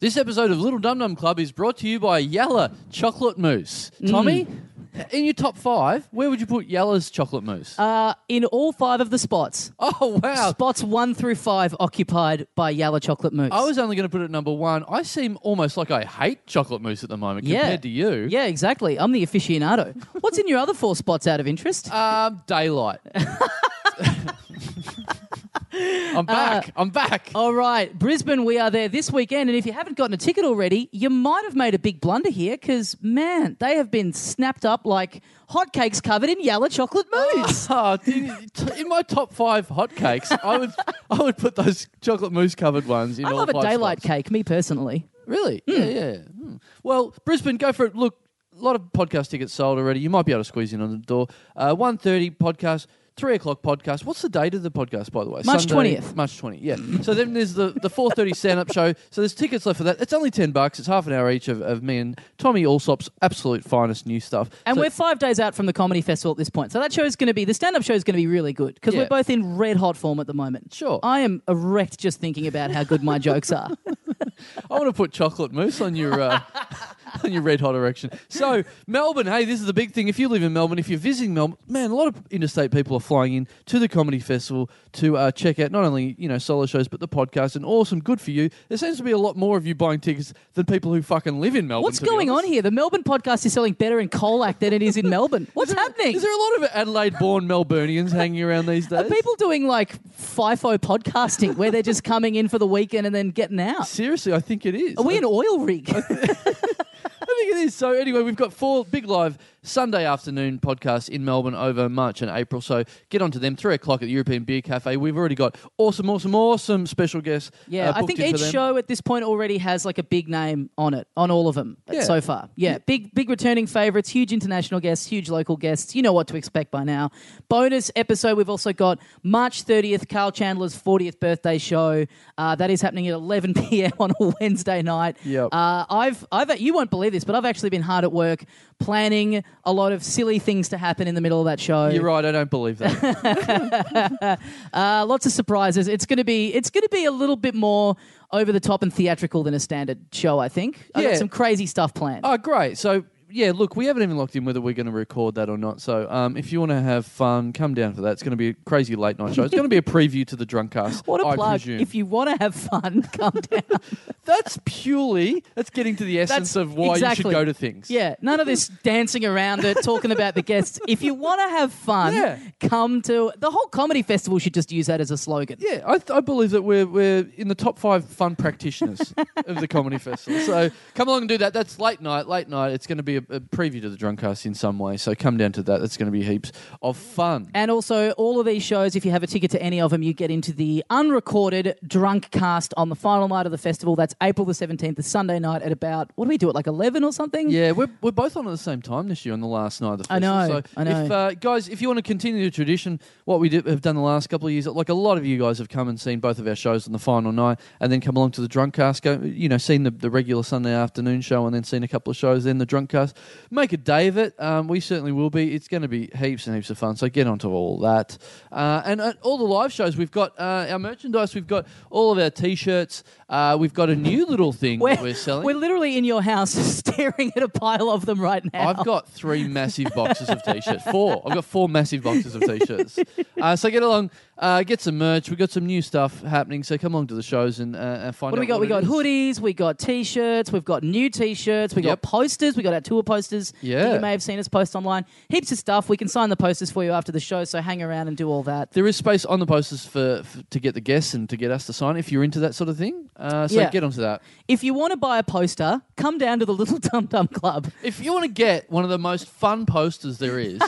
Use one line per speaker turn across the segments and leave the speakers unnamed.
This episode of Little Dum Dum Club is brought to you by Yalla Chocolate Mousse. Tommy, in your top five, where would you put Yalla's chocolate mousse?
Uh, in all five of the spots,
oh, wow.
spots one through five occupied by Yalla Chocolate Mousse.
I was only going to put it at number one. I seem almost like I hate chocolate mousse at the moment compared to you.
Yeah, exactly. I'm the aficionado. What's in your other four spots out of interest?
Um, daylight.
Uh,
I'm back. I'm back.
All right, Brisbane, we are there this weekend. And if you haven't gotten a ticket already, you might have made a big blunder here because, man, they have been snapped up like hotcakes covered in yellow chocolate mousse.
Oh, in, in my top five hotcakes, I would I would put those chocolate mousse covered ones in
I
all
love a
five
daylight
spots.
cake, me personally.
Really? Yeah, yeah. Hmm. Well, Brisbane, go for it. Look, a lot of podcast tickets sold already. You might be able to squeeze in on the door. Uh, One thirty podcast. Three o'clock podcast. What's the date of the podcast, by the way?
March
Sunday,
20th.
March twentieth. Yeah. so then there's the the four thirty stand up show. So there's tickets left for that. It's only ten bucks. It's half an hour each of, of me and Tommy Allsop's absolute finest new stuff.
And
So-
we're five days out from the comedy festival at this point. So that show's going to be, the stand up show's going to be really good because
Yeah.
we're both in red hot form at the moment.
Sure.
I am erect just thinking about how good my jokes are.
I want to put chocolate mousse on your uh, on your red hot erection. So Melbourne, hey, this is the big thing. If you live in Melbourne, if you're visiting Melbourne, man, a lot of interstate people are flying in to the comedy festival to uh, check out not only you know solo shows but the podcast. And awesome, good for you. There seems to be a lot more of you buying tickets than people who fucking live in Melbourne.
What's
to be
going on
honest.
here? The Melbourne podcast is selling better in Colac than it is in Melbourne. What's happening?
Is there a lot of Adelaide-born Melburnians hanging around these days?
Are people doing like FIFO podcasting where they're just coming in for the weekend and then getting out?
Seriously, I think it is.
Are we an oil rig?
I think it is. So anyway, we've got four big live Sunday afternoon podcasts in Melbourne over March and April. So get onto them. Three o'clock at the European Beer Cafe. We've already got awesome, awesome, awesome special guests.
Yeah,
uh,
I
booked
think
in for
each
them.
show at this point already has like a big name on it, on all of them
Yeah.
so far. Yeah, big big returning favorites, huge international guests, huge local guests. You know what to expect by now. Bonus episode, we've also got March 30th, Carl Chandler's 40th birthday show. Uh, that is happening at 11 p.m. on a Wednesday night.
Yep.
Uh, I've, I've, you won't believe this, but I've actually been hard at work planning a lot of silly things to happen in the middle of that show.
You're right. I don't believe that.
Uh, lots of surprises. It's going to be it's going to be a little bit more over the top and theatrical than a standard show. I think. I
Yeah.
got some crazy stuff planned.
oh, great. So. Yeah, look, we haven't even locked in whether we're going to record that or not. So, um, if you want to have fun, come down for that. It's going to be a crazy late night show. It's going to be a preview to the drunk cast.
what a
I
plug!
presume.
If you want to have fun, come down.
that's purely that's getting to the essence
That's
of why you
exactly.
should go to things.
yeah, none of this dancing around it, talking about the guests. If you want to have fun,
Yeah.
come to the whole comedy festival. Should just use that as a slogan.
Yeah, I, th- I believe that we're we're in the top five fun practitioners of the comedy festival. So come along and do that. That's late night, late night. It's going to be a, a preview to the Drunkcast in some way. So come down to that. That's going to be heaps of fun.
And also, all of these shows, if you have a ticket to any of them, you get into the unrecorded drunk cast on the final night of the festival. That's April the 17th, the Sunday night at about, what do we do it, like 11 or something?
Yeah, we're, we're both on at the same time this year on the last night of the
I
festival.
know,
So
I know.
If, uh, guys, if you want to continue the tradition, what we did, have done the last couple of years, like a lot of you guys have come and seen both of our shows on the final night, and then come along to the Drunkcast, go, you know, seen the, the regular Sunday afternoon show, and then seen a couple of shows, then the Drunkcast. Make a day of it. Um, we certainly will be. It's going to be heaps and heaps of fun. So get onto all that, uh, and uh, all the live shows. We've got uh, our merchandise. We've got all of our t-shirts. Uh, we've got a new little thing
We're,
that we're selling.
we're literally in your house staring at a pile of them right now.
I've got three massive boxes of t-shirts. Four. I've got four massive boxes of t-shirts. Uh, so get along, uh, get some merch. We've got some new stuff happening. So come along to the shows and, uh, and find
what
out
do we got?
what
We
it
got
is.
hoodies, we got t shirts, we've got new t shirts, we
Yep.
got posters, we got our tour posters. that
Yeah.
You may have seen us post online. Heaps of stuff. We can sign the posters for you after the show, so hang around and do all that.
There is space on the posters for, for to get the guests and to get us to sign if you're into that sort of thing. Uh, so
Yeah.
get onto that.
If you want to buy a poster, come down to the Little Dum Dum Club.
If you want to get one of the most fun posters there is,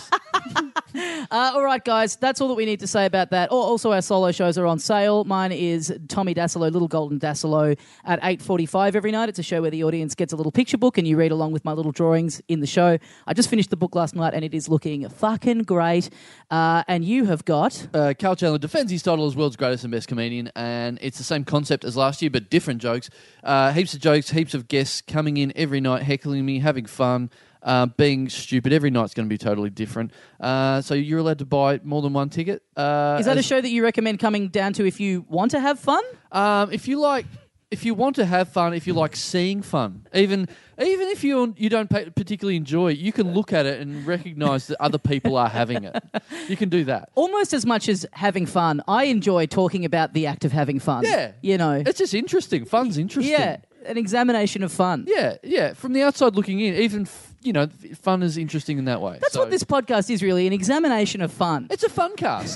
Uh, all right, guys, that's all that we need to say about that. Oh, also, our solo shows are on sale. Mine is Tommy Dasilo, Little Golden Dasilo, at eight forty-five every night. It's a show where the audience gets a little picture book and you read along with my little drawings in the show. I just finished the book last night and it is looking fucking great. Uh, and you have got
uh, Cal Chandler defends his title as world's greatest and best comedian, and it's the same concept as last year, but different jokes. Uh, heaps of jokes, heaps of guests coming in every night, heckling me, having fun, uh, being stupid. Every night's going to be totally different. Uh, so you're allowed to buy more than one ticket. Uh,
is that a
as-
show that you recommend coming down to if you want to have fun?
um, if you like if you want to have fun, if you like seeing fun, even even if you you don't pa- particularly enjoy it, you can look at it and recognize that other people are having it. You can do that.
Almost as much as having fun, I enjoy talking about the act of having fun.
Yeah.
You know?
It's just interesting. Fun's interesting.
Yeah. An examination of fun.
Yeah, yeah. From the outside looking in, even f- you know, f- fun is interesting in that way.
That's what this podcast is really an examination of fun.
It's a fun cast.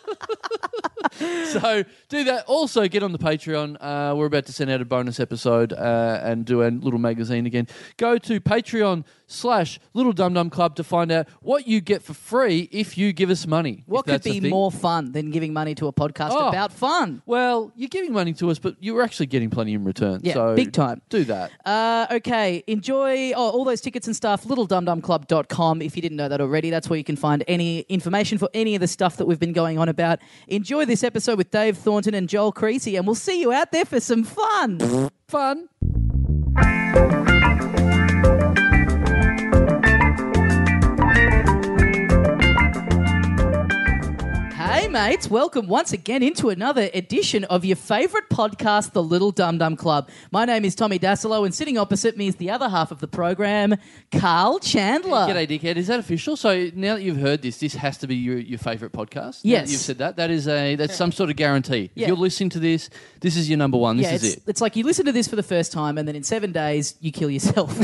so do that. Also, get on the Patreon. Uh, we're about to send out a bonus episode uh, and do a little magazine again. Go to Patreon slash Little Dum Dum Club to find out what you get for free if you give us money.
What
if
could
that's a
be
thing.
more fun than giving money to a podcast
Oh.
about fun?
Well, you're giving money to us, but you're actually getting plenty in return.
Yeah,
so
big time.
Do that.
Uh, okay, enjoy oh, all those tickets and stuff. LittleDumDumClub.com. If you didn't know that already, that's where you can find any information for any of the stuff that we've been going on about. Enjoy this episode with Dave Thornton and Joel Creasy, and we'll see you out there for some fun.
Fun.
Hey, mates, welcome once again into another edition of your favourite podcast, The Little Dum Dum Club. My name is Tommy Dasilo, and sitting opposite me is the other half of the program, Carl Chandler.
G'day, dickhead. Is that official? So now that you've heard this, this has to be your, your favourite podcast. Now
Yes.
that you've said that. That is a that's some sort of guarantee.
Yeah.
If you're listening to this, this is your number one. This
yeah,
is
it's,
it.
it's like you listen to this for the first time, and then in seven days, you kill yourself.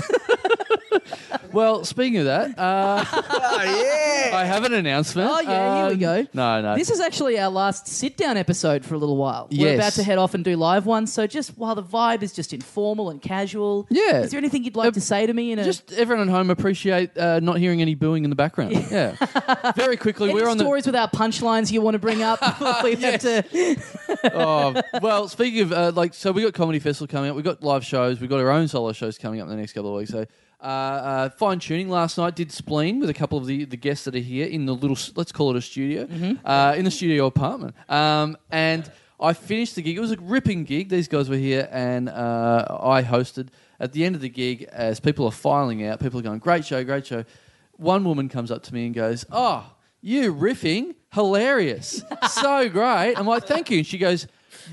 Well, speaking of that, uh, I have an announcement.
Oh, yeah, here we
Um,
go.
No, no.
this is actually our last sit down episode for a little while. We're
Yes.
about to head off and do live ones, so just while the vibe is just informal and casual,
Yeah.
is there anything you'd like
Uh,
to say to me in a
just everyone at home appreciate uh, not hearing any booing in the background. Yeah. Very quickly,
any
we're on the
stories without punchlines you want to bring up? we have to
oh, well, speaking of uh, like, so we got comedy festival coming up. We got live shows. We got our own solo shows coming up in the next couple of weeks. So. Uh, uh, fine tuning last night did spleen with a couple of the, the guests that are here in the little s- let's call it a studio uh, in the studio apartment um, and I finished the gig it was a ripping gig these guys were here and uh, I hosted at the end of the gig as people are filing out people are going great show great show one woman comes up to me and goes oh you riffing, hilarious, so great. I'm like, thank you. And she goes,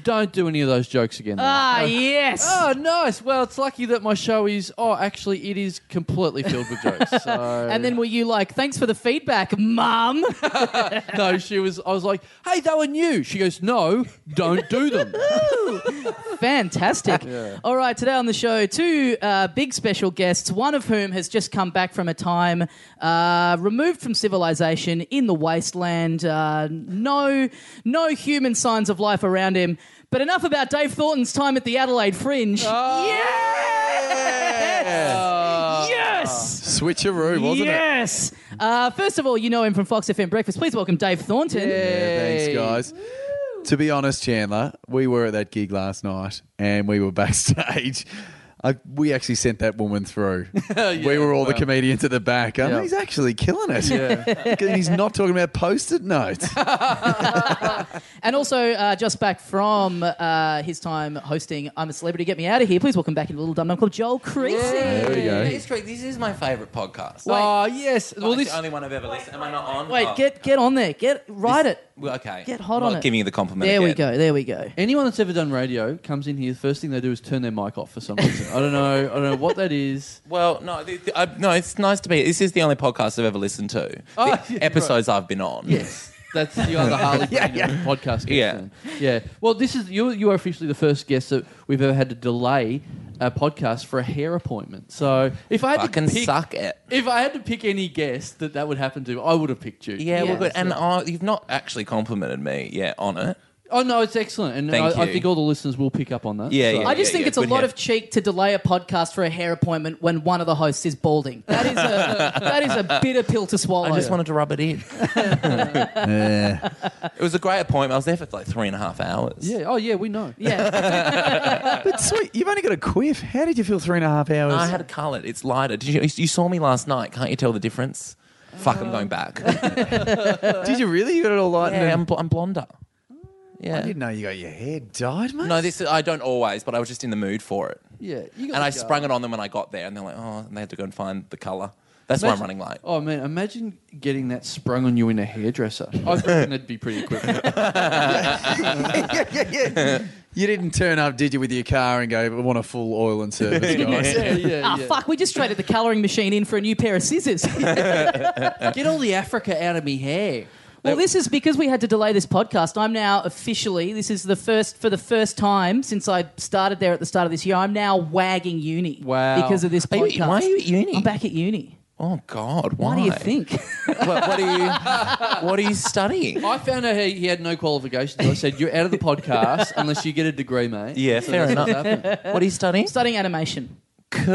don't do any of those jokes again. though."
Ah,
Uh,
yes.
Oh, nice. Well, it's lucky that my show is. Oh, actually, it is completely filled with jokes. So.
and then were you like, thanks for the feedback, mum?
no, she was. I was like, hey, they were new. She goes, no, don't do them.
Fantastic.
Yeah.
All right, today on the show, two uh, big special guests, one of whom has just come back from a time uh, removed from civilization in the wasteland. Uh, no, no human signs of life around him. But enough about Dave Thornton's time at the Adelaide Fringe.
Oh.
Uh,
Yes!
Switcheroo, wasn't it?
yes! Uh, first of all, you know him from Fox FM Breakfast. Please welcome Dave Thornton.
Yeah, thanks,
Yay.
guys. To be honest, Chandler, we were at that gig last night and we were backstage. I, we actually sent that woman through. we were all the
wow.
comedians at the back. I mean,
Yeah.
He's actually killing it.
Yeah.
And he's not talking about post-it notes.
And also, uh, just back from uh, his time hosting I'm a Celebrity, Get Me Out of Here. Please welcome back into Little Dum Dum Club, Joel Creasy.
There we go.
It's correct. This is my favorite podcast.
Oh, yes. Well,
Well, this
this.
the only one I've ever listened. Am I not on?
Wait,
Oh.
get get on there. Get write it.
Well, okay.
get hot
I'm
on
not
it.
giving you the compliment.
There we
again.
go. There we go.
Anyone that's ever done radio comes in here. First thing they do is turn their mic off for some reason. I don't know. I don't know what that is.
Well, no, th- th- I, no. It's nice to be. This is the only podcast I've ever listened to.
Oh,
The
yeah, right.
episodes I've been on.
Yes, that's the other Harley
Yeah,
Quinn podcast. Guest
Yeah.
then. yeah. Well, this is you. You are officially the first guest that we've ever had to delay a podcast for a hair appointment. So if I had
Fucking
to pick,
suck it.
if I had to pick any guest that that would happen to, I would have picked you.
Yeah.
Yeah, well, good. And I, you've not actually complimented me yet on it.
Oh no, it's excellent, and
Thank
I, I
you.
think all the listeners will pick up on that.
Yeah,
So-
yeah.
I just think
yeah,
it's a
good
lot
hair.
of cheek to delay a podcast for a hair appointment when one of the hosts is balding. That is a that is a bitter pill to swallow.
I just wanted to rub it in.
Yeah.
It was a great appointment. I was there for like three and a half hours.
Yeah. Oh yeah, we know.
yeah.
But sweet, you've only got a quiff. How did you feel three and a half hours?
I had a colour. It's lighter. Did you? You saw me last night. Can't you tell the difference? Fuck, I'm going back.
did you really? You got it all light
yeah, I'm,
and
bl- I'm blonder. Yeah.
I didn't know you got your hair dyed, mate.
No, this is, I don't always, but I was just in the mood for it,
Yeah. You got
and
the
I
go.
sprung it on them when I got there, and they're like, "Oh," and they had to go and find the color. That's why I'm
Imagine-
running late.
Oh man, imagine getting that sprung on you in a hairdresser. I reckon that'd be pretty quick.
You didn't turn up, did you, with your car and go, I want a full oil and service, guys?
yeah, yeah,
Ah,
yeah.
fuck, we just traded the colouring machine in for a new pair of scissors.
Get all the Africa out of me hair.
well, this is because we had to delay this podcast. I'm now officially, this is the first, for the first time since I started there at the start of this year, I'm now wagging uni.
Wow.
Because of this
Are you-
podcast.
why are you at uni?
I'm back at uni.
Oh God,
Why
why?
do you think?
what, what are you? What are you studying?
I found out he, he had no qualifications. I said, "You're out of the podcast unless you get a degree, mate."
Yeah, fair
that's
enough.
what's happened.
What are you studying?
Studying animation.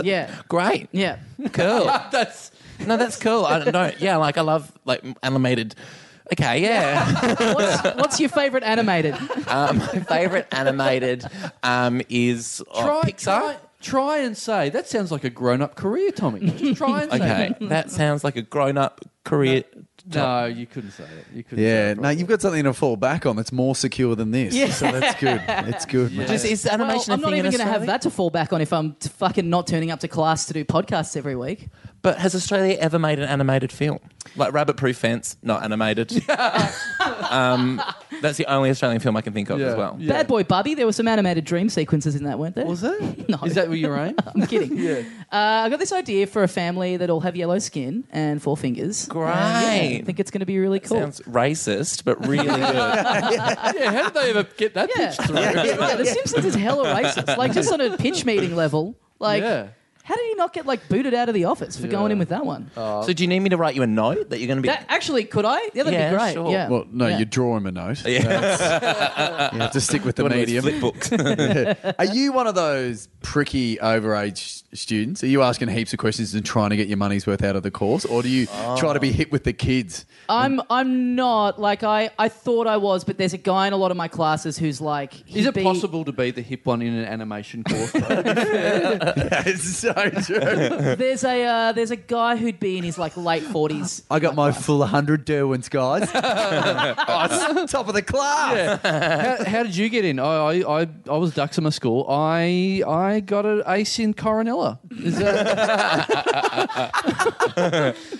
Yeah.
Great,
Yeah.
cool.
That's
No, that's cool. I don't know. Yeah, like I love like animated. Okay, yeah.
What's, what's your favourite animated?
um, my favorite animated um, is oh,
try,
Pixar.
try, try and say that sounds like a grown-up career, Tommy. Just try and say.
Okay,
that.
that sounds like a grown-up career.
No, you couldn't say it. You couldn't. say
Yeah,
it
no, you've got something to fall back on that's more secure than this. So that's good. It's good, mate.
Just, is
Well,
animation
I'm
a
not
thing
even going
in
to have
Australia?
that to fall back on if I'm t- fucking not turning up to class to do podcasts every week.
But has Australia ever made an animated film? Like Rabbit Proof Fence, not animated. um, that's the only Australian film I can think of
Yeah,
as well.
yeah.
Bad Boy Bubby, there were some animated dream sequences in that, weren't there?
Was it?
No.
Is that what your aim?
I'm kidding.
yeah.
Uh, I got this idea for a family that all have yellow skin and four fingers.
Great.
And, yeah, I think it's going to be really cool.
Sounds racist, but really good.
Yeah. How did they ever get that
yeah.
pitch through?
yeah, The Simpsons is hella racist. Like just on a pitch meeting level. Like,
Yeah.
how did he not get like booted out of the office for going in with that one?
Oh.
so, do you need me to write you a note that you're going to be?
That actually, could I? Yeah, that'd
Yeah,
be great.
sure.
Yeah.
Well, no,
Yeah.
you draw him a note.
Yeah.
That's- you have to stick with the
One of those
medium.
flip books.
Are you one of those pricky overage students? Are you asking heaps of questions and trying to get your money's worth out of the course, or do you try to be hit with the kids?
I'm I'm not like I I thought I was, but there's a guy in a lot of my classes who's like. he'd
Is it
be-
possible to be the hip one in an animation course? though?
That's so true.
There's a uh, there's a guy who'd be in his like late forties.
I got my full 100 Derwents, guys. Oh, it's top of the class.
how, how did you get in? I I, I, I was Duxima school. I I got an ace in Coronella. Is that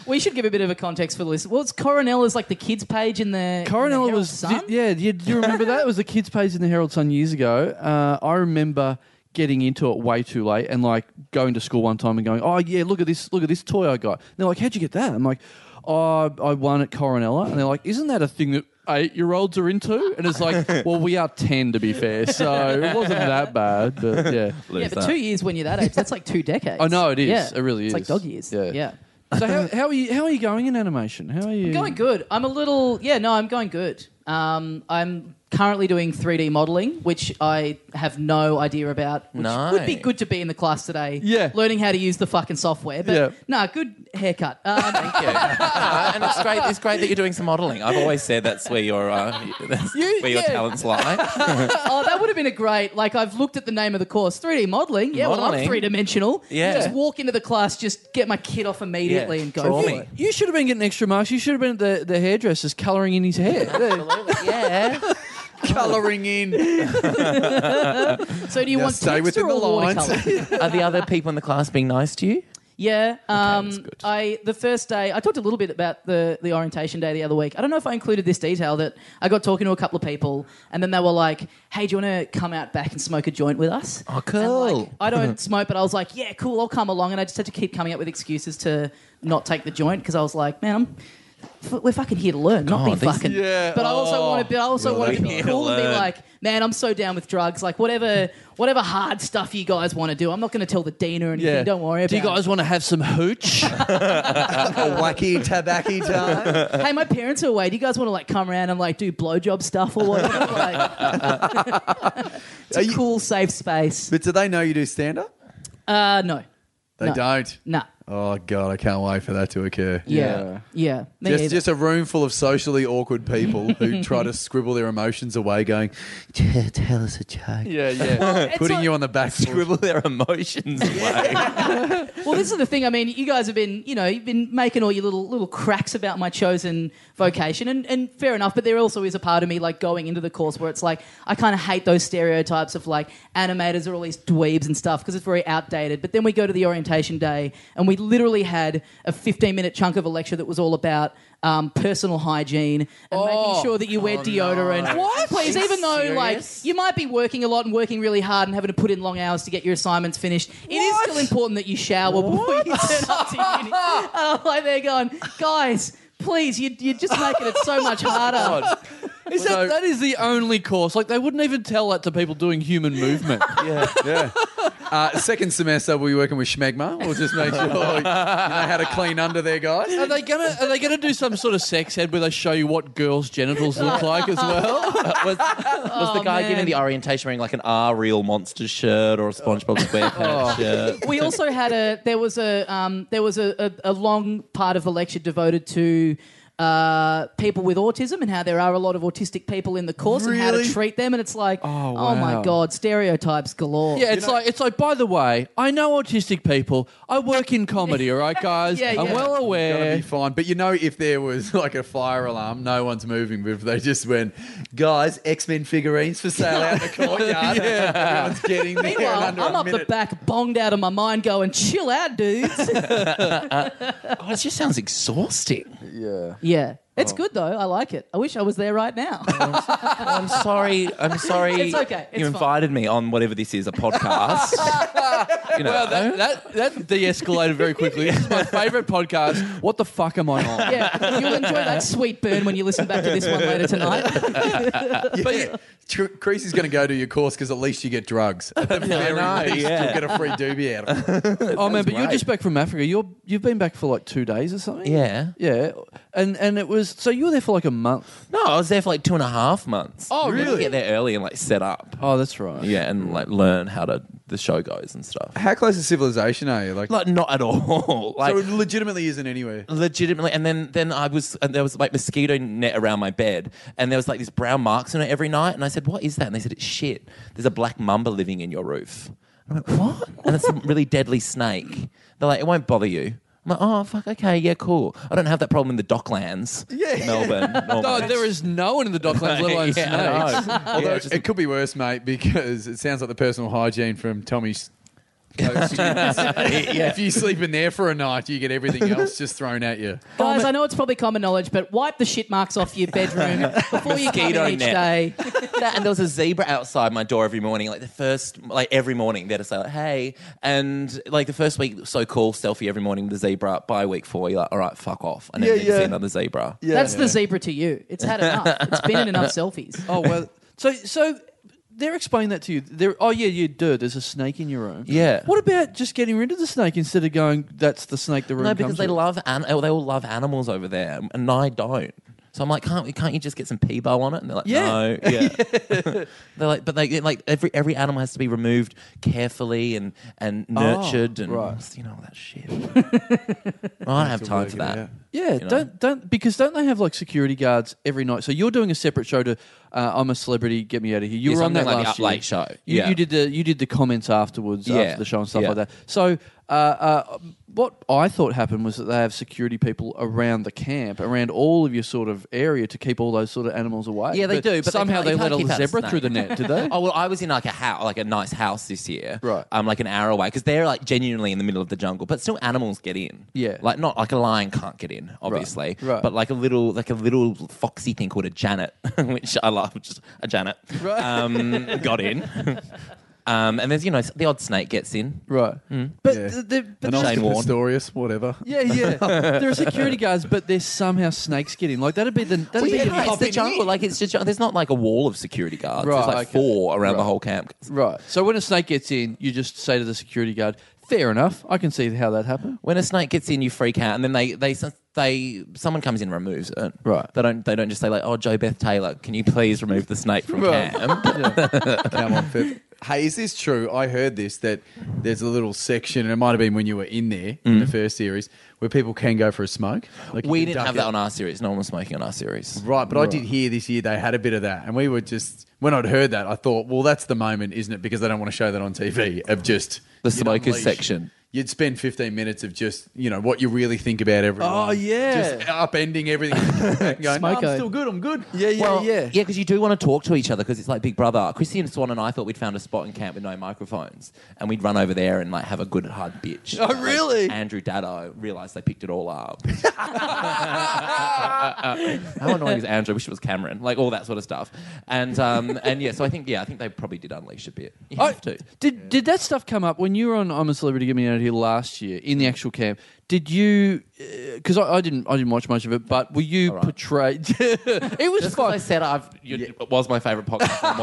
We should give a bit of a context for the list. Well, it's Coronel is like the kids page in the in the
Coronella
Herald
was
Sun.
di- yeah. Do you, do you remember that? It was the kids' page in the Herald Sun years ago. Uh, I remember getting into it way too late and like going to school one time and going, oh yeah, look at this, look at this toy I got. And they're like, how'd you get that? I'm like, oh, I won at Coronella, and they're like, isn't that a thing that eight year olds are into? And it's like, well, we are ten to be fair, so it wasn't that bad, but yeah.
yeah, but two years when you're that age, that's like two decades.
I know it is.
Yeah.
It really
It's
is.
like dog years.
Yeah.
yeah.
So how, how are you? How are you going in animation? How are you
Going good. I'm a little yeah. No, I'm going good. Um, I'm currently doing 3D modeling, which I have no idea about. Which
Nice.
would be good to be in the class today.
Yeah.
learning how to use the fucking software. But
Yeah.
no, good haircut. Um,
Thank you. Uh, and it's great. It's great that you're doing some modelling. I've always said that's where your uh, that's
You-
where your
yeah.
talents lie.
oh, that would have been a great. Like I've looked at the name of the course, 3D modeling. Yeah, well, I'm
Modelling.
three dimensional.
Yeah.
just walk into the class, just get my kid off immediately
Yeah,
and go
draw
for
me.
it.
You should have been getting extra marks. You should have been at the, the hairdresser's colouring in his hair.
yeah.
Colouring in.
So do you
Now
want
stay
texture
within
or
the lines.
watercolour?
Are the other people in the class being nice to you?
Yeah, um,
that's good.
I the first day I talked a little bit about the the orientation day the other week. I don't know if I included this detail that I got talking to a couple of people, and then they were like, "Hey, do you want to come out back and smoke a joint with us?"
Oh,
And, like,
cool.
I don't smoke, but I was like, "Yeah, cool, I'll come along." And I just had to keep coming up with excuses to not take the joint because I was like, "Man, I'm." f- We're fucking here to learn, not be
God, these-
fucking.
Yeah,
but I also
oh.
want to be. I also
Well,
want to
that's
be
nice.
cool and be
Learn.
like, man, I'm so down with drugs. Like whatever, whatever hard stuff you guys want to do, I'm not going to tell the dean or anything. Don't worry about.
Do you
it.
guys want to have some hooch?
A wacky tabacky time.
hey, my parents are away. Do you guys want to like come around and like do blowjob stuff or whatever? like, it's
Are
a
you-
cool, safe space.
But do they know you do stand up?
Uh, no,
They
No.
don't.
nah,
Oh, God, I can't wait for that to occur.
yeah, yeah, me
Just,
either.
just a room full of socially awkward people who try to scribble their emotions away, going, "Yeah, tell us a joke.
yeah, yeah.
It's
Putting
not-
you on the back foot.
Scribble their emotions away.
Well, this is the thing. I mean, you guys have been, you know, you've been making all your little little cracks about my chosen vocation, and, and fair enough. But there also is a part of me, like going into the course, where it's like I kind of hate those stereotypes of like animators are all these dweebs and stuff because it's very outdated. But then we go to the orientation day and we we literally had a 15 minute chunk of a lecture that was all about um, personal hygiene and making
Oh.
sure that you wear deodorant. What? Please, even though
serious?
like you might be working a lot and working really hard and having to put in long hours to get your assignments finished, it is
What?
still important that you shower before you turn up to uni. Oh, And I'm like, they're going, guys. Please, you, you're just making it so much harder.
Is that,
So-
that is the only course. Like they wouldn't even tell that to people doing human movement.
Yeah.
Yeah. Uh, second semester, we'll be working with Schmegma. We'll just make sure you know how to clean under there, guys.
Are they gonna Are they gonna do some sort of sex head where they show you what girls' genitals look like as well?
was, was the guy giving the orientation wearing like an R Real Monster shirt or a SpongeBob SquarePants shirt?
we also had a there was a um, there was a, a, a long part of the lecture devoted to uh, people with autism and how there are a lot of autistic people in the course and how to
Really?
treat them and it's like oh,
wow.
my god stereotypes galore
Yeah, it's like it's like. By the way, I know autistic people. I work in comedy. All right, guys.
Yeah,
I'm
yeah.
well
Gotta
aware.
be fine. But you know, if there was like a fire alarm, no one's moving. But if they just went, guys, X Men figurines for sale out in the courtyard, everyone's getting there. in
Meanwhile,
under
I'm
a
up the
minute.
back bonged out of my mind going chill out dudes
Oh, it just sounds exhausting.
yeah it's good though I like it I wish I was there right now
I'm sorry. I'm sorry.
It's okay. It's
you
fine.
invited me on whatever this is, a podcast. you know,
Well, that, that that de-escalated very quickly. This is my favourite podcast. What the fuck am I on?
yeah you'll enjoy that sweet burn when you listen back to this one later tonight
Yeah. Tr- Crease is going to go to your course because at least you get drugs. At the very
I know,
least,
yeah.
you'll get a free doobie out of it.
Oh man, but you're
great.
just back from Africa. You're you've been back for like two days or something.
Yeah.
yeah. And and it was so you were there for like a month.
no, I was there for like two and a half months.
Oh,
We had to
really?
Get there early and like set up.
Oh, that's right.
Yeah, and like learn how to the show goes and stuff.
How close to civilization are you? Like,
Like not at all. like
so it legitimately isn't anywhere.
legitimately and then then i was and there was like mosquito net around my bed and there was like these brown marks on it every night and i said what is that and they said it's shit there's a black mamba living in your roof and i went what and it's a really deadly snake they're like it won't bother you i'm like oh fuck okay yeah cool i don't have that problem in the docklands yeah melbourne
No,
normally.
there is no one in the Docklands, let alone
Oh Yeah, I
snakes.
know.
Although
Yeah, just-
it could be worse, mate, because it sounds like the personal hygiene from Tommy's. coach. yeah, if you sleep in there for a night, you get everything else just thrown at you.
Guys, I know it's probably common knowledge, but wipe the shit marks off your bedroom before you come
Mosquito
in each
net.
day.
that, and there was a zebra outside my door every morning. Like the first, like every morning, they'd say like, "Hey," and like the first week, so cool selfie every morning with the zebra. By week four, you're like, "All right, fuck off." I never
Yeah,
need to see
yeah.
another zebra.
That's the zebra to you. It's had enough. It's been in enough selfies.
Oh well. So so they're explaining that to you. They're, oh yeah, you do. There's a snake in your room.
Yeah.
What about just getting rid of the snake instead of going? That's the snake. The room.
No, because
comes
they
with?
love an- oh, they all love animals over there, and I don't. So I'm like, can't we? Can't you just get some Peebo on it? And they're like,
Yeah.
no, yeah. they're like, but they like every every animal has to be removed carefully and and nurtured and
Oh, right.
you know all that shit. I don't have time
work
for
it
that.
out.
Yeah,
know?
don't don't because don't they have like security guards every night? So you're doing a separate show to uh, I'm a celebrity, get me out of here. You
Yeah,
were on
something
that
like the
last
Up Late
year.
show.
You,
Yeah.
you did the you did the comments afterwards
Yeah.
after the show and stuff
Yeah.
like that. So uh, uh, what I thought happened was that they have security people around the camp, around all of your sort of area to keep all those sort of animals away.
Yeah, they do, but they
somehow
can't- you
they, let
can't
a
keep out a
zebra
snake.
through the net. Did they?
Oh well, I was in like a house, like a nice house this year,
Right.
Um, like an hour away because they're like genuinely in the middle of the jungle, but still animals get in.
Yeah.
like not like a lion can't get in, obviously,
Right.
but like a little like a little foxy thing called a Janet, which I love, just a Janet,
Right.
um, got in. um, and there's you know the odd snake gets in.
right.
Hmm.
But
Yeah.
the, the, but
An
the-
Shane
Oscar
Warne.
Pistorius, whatever.
yeah, yeah. there are security guards, but there's somehow snakes getting like that'd be the that'd
Well,
be
yeah,
the
no, it's the
popping-
jungle. Like it's just there's not like a wall of security guards. there's
Right,
like
okay.
four around the
Right.
whole camp.
Right. So when a snake gets in, you just say to the security guard, "Fair enough. I can see how that happened."
When a snake gets in, you freak out, and then they they they someone comes in and removes it.
Right.
They don't they don't just say like, oh, Joe Beth Taylor, can you please remove the snake from
Right.
camp?
Come on, Pip. Hey, is this true? I heard this that there's a little section, and it might have been when you were in there in the first series, where people can go for a smoke. Like you
Mm. we
can
didn't
duck
have
it.
that on our series. No one was smoking on our series.
Right, but I did hear this year they had a bit of that, and we were just when I'd heard that, I thought, well, that's the moment, isn't it? Because they don't want to show that on TV of just
The
you'd
smokers
unleash-
section.
you'd spend 15 minutes of just, you know, what you really think about everyone.
Oh, yeah.
Just upending everything. and going, no, I'm
Smoko.
still good. I'm good.
Yeah, yeah,
Well,
yeah.
yeah, because you do want to talk to each other because it's like Big Brother. Chrissy and Swan and I thought we'd found a spot in camp with no microphones, and we'd run over there and like have a good hard bitch.
Oh,
Like,
really?
Andrew Dado realised they picked it all up. How annoying is Andrew? I wish it was Cameron. Like all that sort of stuff. And um, and yeah, so I think yeah, I think they probably did unleash a bit. You
Oh,
have to.
Did did that stuff come up when you were on I'm a Celebrity Get Me Out of Here last year in the actual camp? Did you? Because I, I didn't I didn't watch much of it, but were you
right.
portrayed? it was
Just 'cause I
fun.
said I've you, it was my favourite podcast. in the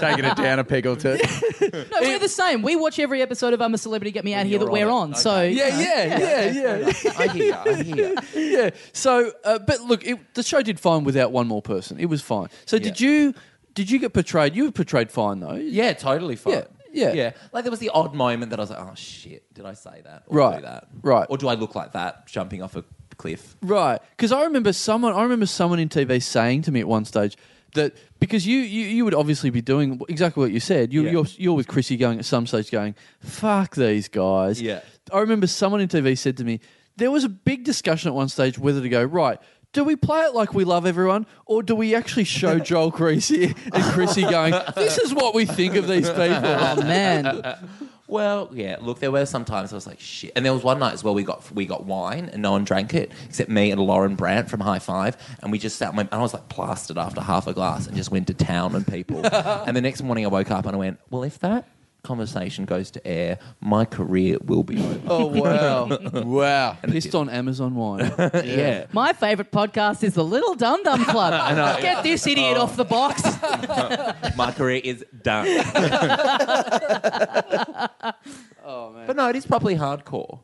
Taking it down a peg or two.
No, we're the same. We watch every episode of I'm a Celebrity, Get Me Out of Here
you're
that we're
on
on.
it.
So
Yeah, yeah, yeah, yeah,
I hear, I hear.
yeah. So, uh, but look, it, the show did fine without one more person. It was fine. So, did
Yeah.
you? Did you get portrayed? You were portrayed fine though.
Yeah, totally fine.
Yeah, yeah.
yeah. Like there was the odd moment that I was like, "Oh shit, did I say that? Or
Right,
do that?
right.
Or do I look like that jumping off a cliff?
Right, because I remember someone. I remember someone in TV saying to me at one stage that because you you, you would obviously be doing exactly what you said. You,
Yeah.
You're you're with Chrissy going at some stage going, "Fuck these guys."
Yeah.
I remember someone in TV said to me there was a big discussion at one stage whether to go right. Do we play it like we love everyone, or do we actually show Joel Creasy and Chrissy going, "This is what we think of these people"?
Oh man.
Well, yeah. Look, there were some times I was like, shit. And there was one night as well. We got we got wine and no one drank it except me and Lauren Brandt from High Five, and we just sat. And went- and I was like plastered after half a glass and just went to town on people. and the next morning I woke up and I went, well, if that conversation goes to air, my career will be over.
Oh wow!
wow.
Pissed on Amazon wine.
yeah.
My favourite podcast is the Little Dum Dum Club. Get this
Oh.
idiot off the box.
My career is done. oh man! But no, it is probably hardcore.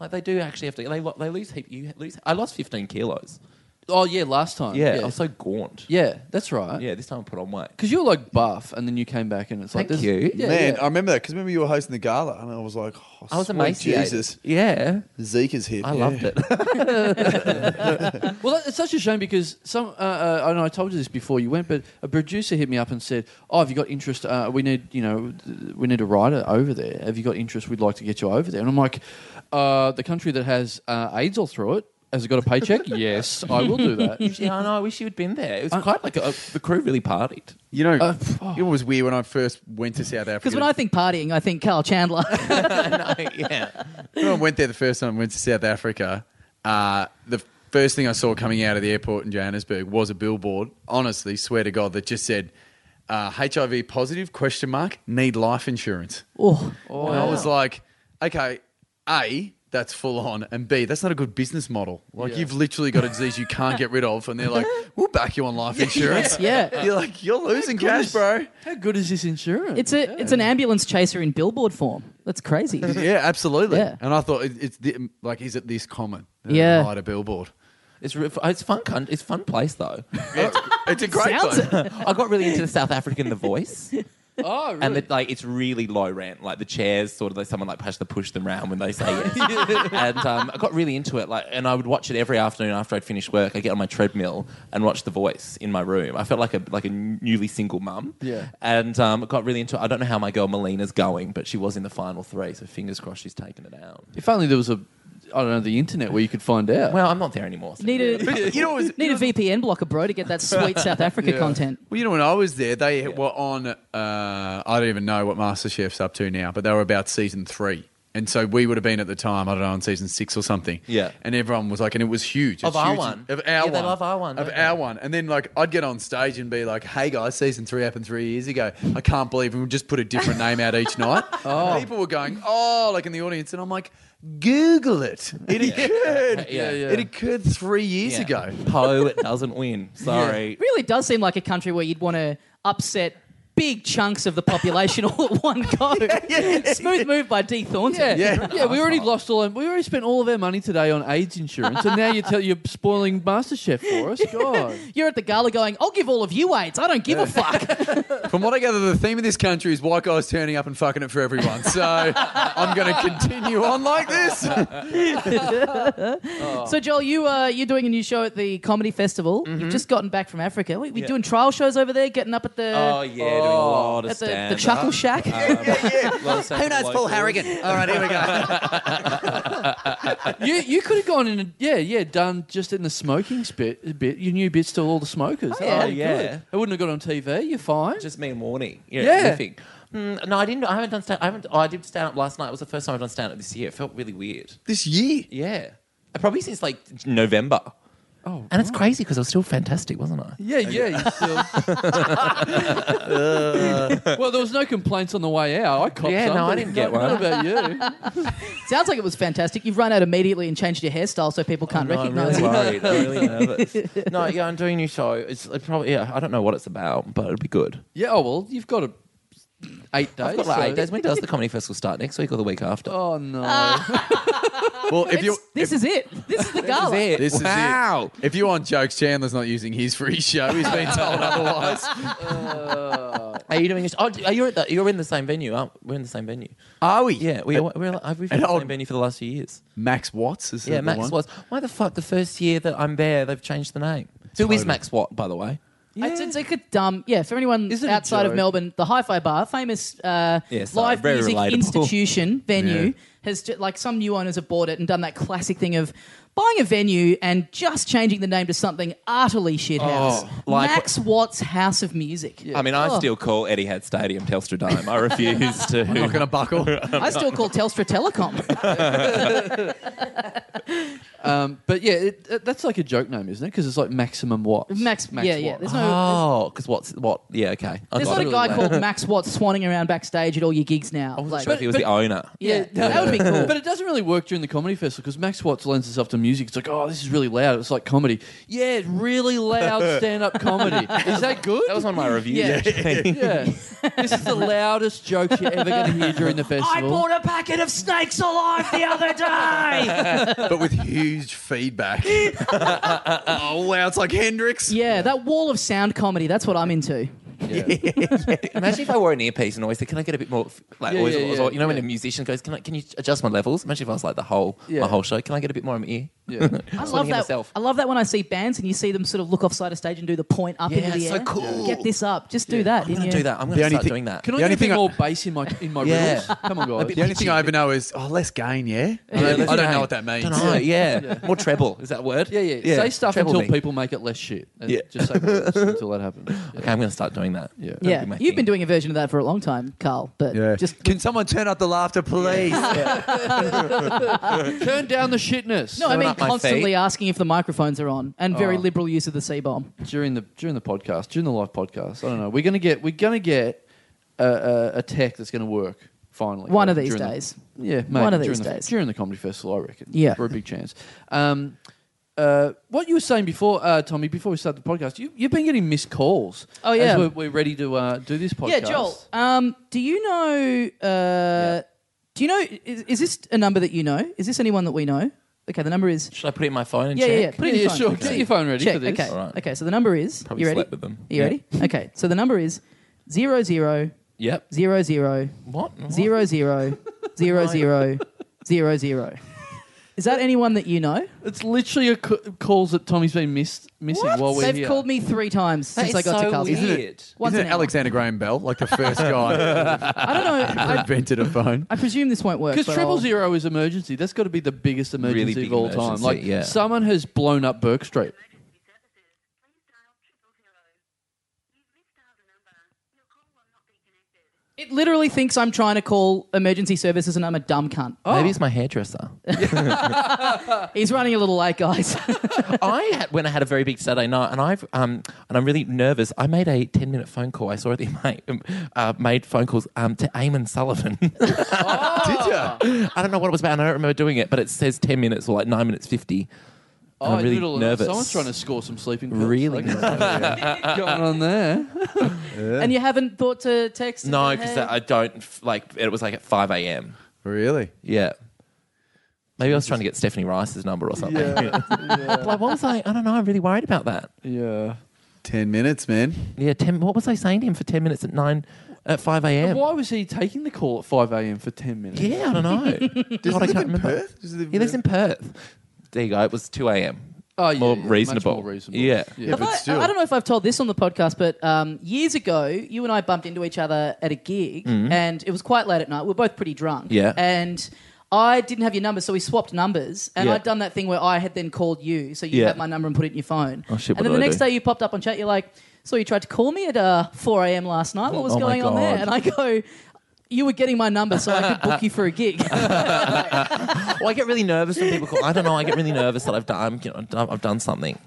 Like they do actually have to. They, lo- they lose heap. You lose. I lost fifteen kilos.
Oh yeah, last time.
Yeah,
yeah,
I was so gaunt. Yeah.
Yeah, that's right.
this time I put on weight.
Because you were like buff, and then you came back, and it's like
Thank
this.
you.
Yeah,
Man,
yeah.
I remember that because remember you were hosting the gala, and I was like, oh,
I was
sweet
amazing.
Jesus,
Yeah,
Zeke is hit.
I
yeah.
loved it.
Well, that, it's such a shame because some. Uh, uh, I know I told you this before you went, but a producer hit me up and said, "Oh, have you got interest? Uh, we need, you know, th- we need a writer over there. Have you got interest? We'd like to get you over there." And I'm like, uh, "The country that has uh, AIDS all through it has it got a paycheck? yes, I will do that."
yeah, I know. I wish you had been there. It was quite like a, the crew really partied.
You know,
Oh.
Uh,
it was weird when I first went to South Africa.
Because when I think partying, I think Carl Chandler.
no, yeah,
when I went there the first time I went to South Africa, uh, the first thing I saw coming out of the airport in Johannesburg was a billboard. Honestly, swear to God, that just said uh, HIV positive question mark need life insurance.
oh,
And I was like, okay, A, that's full on, and B, that's not a good business model. Like,
Yeah.
you've literally got a disease you can't get rid of, and they're like, we'll back you on life insurance.
yeah.
You're like, you're losing cash, bro.
How good is this insurance?
It's a it's an ambulance chaser in billboard form. That's crazy.
Yeah, absolutely.
Yeah.
And I thought, it, it's the, like, is it this common? Uh,
Yeah.
Hide a billboard.
it's re- it's fun. coun- It's fun place though.
It's, it's a great
Sounds-
place.
I got really into the South African The Voice.
oh, really?
And the, like it's really low rent. Like the chairs, sort of like someone like has to push them round when they say yes. and um, I got really into it. Like, and I would watch it every afternoon after I'd finished work. I would get on my treadmill and watch The Voice in my room. I felt like a like a newly single mum.
Yeah.
And um, I got really into. it. I don't know how my girl Melina's going, but she was in the final three. So fingers crossed she's taken it out.
if only there was a, I don't know, the internet where you could find out.
Well, I'm not there anymore. So
Need a
uh, You know what was
need a VPN blocker, bro, to get that sweet South Africa content.
Well, you know, when I was there, they were on. Uh, I don't even know what MasterChef's up to now, but they were about season three, and so we would have been at the time. I don't know on season six or something.
Yeah.
and everyone was like, and it was huge
Of
It's
our
huge.
one.
of our
Yeah,
one,
they love our one,
of
don't
our one. And then like I'd get on stage and be like, "Hey guys, season three happened three years ago. I can't believe we just put a different name out each night." And people were going, "Oh," like in the audience, and I'm like. Google it. It occurred.
Yeah, yeah.
It occurred three years
yeah.
ago.
Poe doesn't win. Sorry.
It really does seem like a country where you'd want to upset big chunks of the population all at one go. Smooth move by D Thornton.
Yeah, yeah,
Yeah.
We already lost all. Our, we already spent all of our money today on AIDS insurance, and now you tell you're spoiling MasterChef for us. God,
You're at the gala going, I'll give all of you AIDS. I don't give a fuck.
From what I gather, the theme of this country is white guys turning up and fucking it for everyone. So I'm going to continue on like this.
So, Joel, you, uh, you're doing a new show at the Comedy Festival. You've just gotten back from Africa. We, we're doing trial shows over there, getting up at the
Oh yeah, doing a lot of
At the,
stand
the Chuckle Shack.
Who
Harrigan? All right, here we go.
you you could have gone in and yeah yeah done just in the smoking spit bit. You knew bits to all the smokers.
Oh, yeah.
you
Yeah.
could. It wouldn't have got on TV. You're fine.
Just me and Warnie. You know,
Yeah.
yeah. riffing. Mm, no, I didn't. I haven't done stand. I haven't. oh, I did stand up last night. It was the first time I've done stand up this year. It felt really weird.
This year.
Yeah, Uh, probably since like November.
oh,
And it's crazy because I was still fantastic, wasn't I?
Yeah, yeah. You still... well, there was no complaints on the way out. I copped
Uh. Yeah, no, I
something.
didn't get
Not-
one.
Not about you.
Sounds like it was fantastic. You've run out immediately and changed your hairstyle so people can't
Oh, No, I'm
recognize
really
you.
worried. I'm really nervous. No, yeah, I'm doing a new show. It's it probably yeah. I don't know what it's about, but it'll be good.
Yeah. Oh well, you've got a eight days.
I've got like
Oh, so-
eight days. When does the comedy festival start? Next week or the week after?
Oh no.
Well, if you
It's- this is it. oh, This is the gala.
it.
This is it.
wow.
if you want jokes, Chandler's not using his free show. He's been told otherwise.
Are you doing? A sh- oh, are you at the, you're in the same venue? Aren't we're in the same venue.
Are we?
Yeah, we, we're, we're, we've been in the
old-
same venue for the last few years.
Max Watts is
Yeah,
the
Max
one?
Watts. Why the fuck the first year that I'm there, they've changed the name? Who is Max Watt, by the way?
It's, it's like a dumb, yeah, for anyone
Isn't it a
outside of
joke?
Melbourne, the Hi Fi Bar, famous uh,
Yeah, sorry,
live
very
music
relatable.
institution venue,
Yeah.
has ju- like some new owners have bought it and done that classic thing of buying a venue and just changing the name to something utterly shithouse.
Oh, like-
Max Watts House of Music.
I mean, I
Oh.
still call Eddie Had Stadium Telstra Dome. I refuse to.
I'm not going to buckle.
I still call Telstra Telecom.
Um, but yeah, it, it, that's like a joke name, isn't it? Because it's like maximum watts.
Max,
Max
yeah, yeah.
Watts.
There's no,
Oh, because what's what? Yeah, okay. I
there's
got
not
it.
a guy called Max Watts swanning around backstage at all your gigs now.
I'm not
Like,
sure if he was the owner.
yeah, that would be cool.
But it doesn't really work during the comedy festival because Max Watts lends itself to music. It's like, oh, this is really loud. It's like comedy. Yeah, it's really loud stand-up comedy. Is that good?
That was one of my reviews.
Yeah.
actually.
yeah. this is the loudest joke you're ever going to hear during the festival.
a packet of snakes alive the other day.
but with huge feedback. oh wow, it's like Hendrix.
Yeah, that wall of sound comedy. That's what I'm into.
Imagine if I wore an earpiece and always said, "Can I get a bit more?" f- Like
Yeah,
always,
yeah,
always-
yeah,
you know, when
yeah.
a musician goes, "Can I? Can you adjust my levels?" Imagine if I was like the whole
Yeah.
my whole show. Can I get a bit more of my ear?
Yeah.
I
Just wanna
love
hear
that.
myself.
I love that when I see bands and you see them sort of look off side of stage and do the point up
Yeah,
into the
it's so
air.
cool.
Get this up. Just do that.
I'm
in
going
your-
to do that. I'm going
The
to
only
start
thing-
doing that.
Can I
The
get
only
a bit
thing I-
more bass in my in my
Yeah.
riddles? Come on, guys.
The only thing I ever know is oh, less gain. Yeah, I don't, I don't know what that means.
Don't know, yeah. More treble. Is that a word?
Yeah, yeah. Say stuff
Treble
until
me.
people make it less shit. And
Yeah.
Just say words until that happens. Yeah.
Okay, I'm going to start doing that.
Yeah.
Yeah,
That'd be my
you've been
thing.
doing a version of that for a long time, Carl. But just
Can someone turn up the laughter, please?
Turn down the shitness.
no, I
Coming
mean
up my
constantly
feet.
asking if the microphones are on and very
Oh.
liberal use of the C bomb.
during the during the podcast, during the live podcast. I don't know. We're gonna get we're gonna get a, a, a tech that's gonna work finally.
One of these
During the-
days.
yeah, maybe.
One of
during
these
the,
days.
during the comedy festival, I reckon.
Yeah.
for a big chance. Um, uh, what you were saying before, uh, Tommy, before we started the podcast, you, you've been getting missed calls.
Oh, yeah.
as we're, we're ready to uh, do this podcast.
Yeah, Joel. Um, do you know? Uh, Do you know? Is, is this a number that you know? Is this anyone that we know? Okay, the number is.
Should I put it in my phone and
Yeah, yeah,
check?
yeah. Put it in
Yeah,
your
yeah,
phone.
sure.
Okay.
Get your phone ready
Check.
for this.
Okay.
All right.
Okay. So the number is.
Probably
you ready?
slept with them.
You
Yeah.
ready? Okay. So the number is zero zero
Yep.
zero zero
What? What?
zero zero zero zero zero zero. Is that anyone that you know?
It's literally a c- calls that Tommy's been missed missing while we're
They've
here.
called me three times
That
since
is
I got
so
to Carlton.
weird.
Once
Isn't
an
it
hour.
Alexander Graham Bell, like the first guy
I don't know.
who
I,
invented a phone?
I presume this won't work.
Because
but
triple
I'll-
zero is emergency. That's got to be the biggest emergency
um, Really big
of all time.
emergency,
Like
yeah.
someone has blown up Burke Street.
Emergency services, please dial triple zero. You've misdialed a number. Your call will not be connected.
It literally thinks I'm trying to call emergency services and I'm a dumb cunt.
Maybe it's my hairdresser.
He's running a little late, guys.
I had, when I had a very big Saturday night, and I've um, and I'm really nervous. I made a ten minute phone call. I saw that my um, uh, made phone calls um, to Eamon Sullivan.
Did you?
I don't know what it was about. and I don't remember doing it, but it says ten minutes or like nine minutes fifty. And
Oh,
I'm really
middle of the night.
uh,
nervous.
Oh, Someone's trying to score some sleeping. Pills.
Really?
Like, going on there.
and you haven't thought to text? and
No,
say,
because
"Hey."
I don't f- like. It was like at five a.m.
Really?
Yeah. Maybe I was trying to get Stephanie Rice's number or something. like, what was I? I don't know. I'm really worried about that.
Yeah.
Ten minutes, man.
Yeah, ten. What was I saying to him for ten minutes at nine, at five a.m.
Why was he taking the call at five a.m. for ten minutes?
Yeah, I don't know.
Does
God,
he
I
live
can't
in
remember.
Perth? Does he live
He lives
in-
in Perth. There you go. It was two a.m.
Oh, yeah,
more
yeah, much
reasonable.
more reasonable.
Yeah.
Yeah.
Yeah,
Have
but
I,
still.
I don't know if I've told this on the podcast, but um, years ago, you and I bumped into each other at a gig, and it was quite late at night. We were both pretty drunk.
Mm-hmm. Yeah.
And I didn't have your number, so we swapped numbers. And
Yeah.
I'd done that thing where I had then called you, so you
Yeah.
had my number and put it in your phone.
Oh, shit, what
and then
did
the
I
next
do?
day, you popped up on chat. You're like, "So you tried to call me at uh, 4 a.m. last night. What was
Oh, my
going on there?"
God.
And I go. You were getting my number so I could book you for a gig.
Well, I get really nervous when people call. I don't know. I get really nervous that I've done. I'm, You know, I've done- I've done something.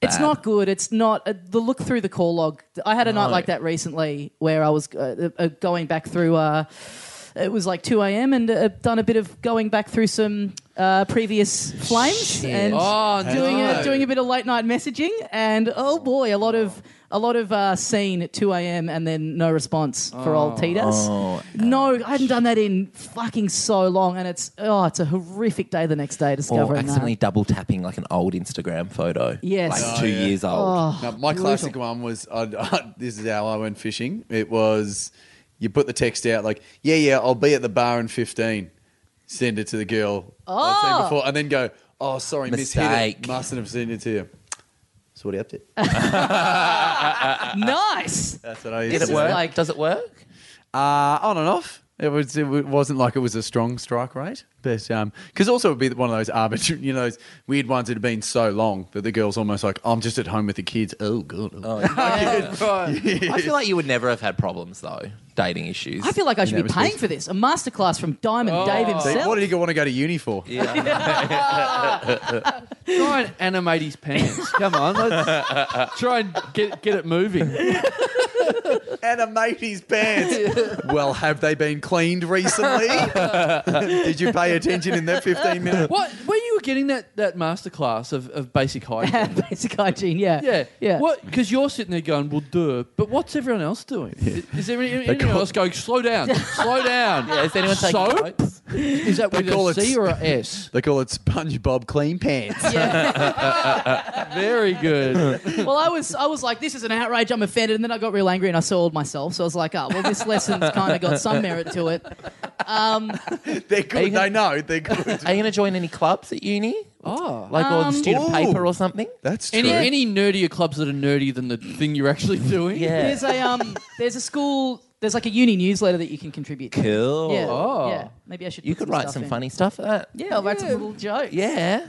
It's
bad.
not good. It's not uh, the look through the call log. I had a night
No.
like that recently where I was uh, uh, going back through. Uh, it was like two a.m. and uh, done a bit of going back through some uh, previous flames and
Oh,
doing
no.
a, doing a bit of late night messaging. And oh boy, a lot of a lot of uh, scene at two a.m. and then no response for old Titas.
Oh,
no, I hadn't done that in fucking so long, and it's oh, it's a horrific day the next day
Or
discovering
accidentally
that.
double tapping like an old Instagram photo.
Yes.
Like
Oh,
two
yeah.
years old.
No, my classic one was I'd, this is how I went fishing. It was you put the text out like, yeah, yeah, I'll be at the bar in fifteen. Send it to the girl I'd seen
Oh.
before, and then go, oh, sorry, mishit
Mistake.
it. Mustn't have sent it to you. So what are you up to?
Nice.
That's what I used
Did
to
it
do.
work?
like-
Does it work?
Uh, on and off. It was. It wa- wasn't like it was a strong strike rate, but um, because also it'd be one of those arbitrary, you know, those weird ones that had been so long that the girl's almost like, I'm just at home with the kids. Oh god.
Oh, yeah. I feel like you would never have had problems though, dating issues.
I feel like I should
that
be paying
respect.
for this. A masterclass from Diamond
Oh.
Dave
See,
himself.
what did he want to go to uni for?
yeah.
Try and animate his pants. Come on, let's try and get get it moving.
and a matey's pants. well, have they been cleaned recently? Did you pay attention in that 15 minutes?
What? Where you were getting that that masterclass of of basic hygiene?
Basic hygiene, yeah.
Yeah,
Yeah.
What? Because you're sitting there going, "Well, duh," but what's everyone else doing? Is there any, anyone
call-
else going? Slow down, slow down.
Yeah, is anyone taking
Soap?
notes?
Is that with
call
a
it
C
s-
or a S?
They call it SpongeBob clean pants.
Yeah.
Very good.
well, I was I was like, this is an outrage. I'm offended, and then I got real angry and I soiled myself. So I was like, oh, well, this lesson's kind of got some merit to it.
They're good. They know they're good.
Are you going to join any clubs at uni?
Oh.
Like or the
Um,
student
Ooh.
paper or something?
That's true.
Any any nerdier clubs that are nerdier than the thing you're actually doing?
Yeah.
There's a um, there's a school, there's like a uni newsletter that you can contribute. to.
Cool.
Yeah,
Oh.
yeah. Maybe I should.
You
put
could write
stuff
some
in.
funny stuff for that.
Yeah, I'll write some little jokes.
Yeah.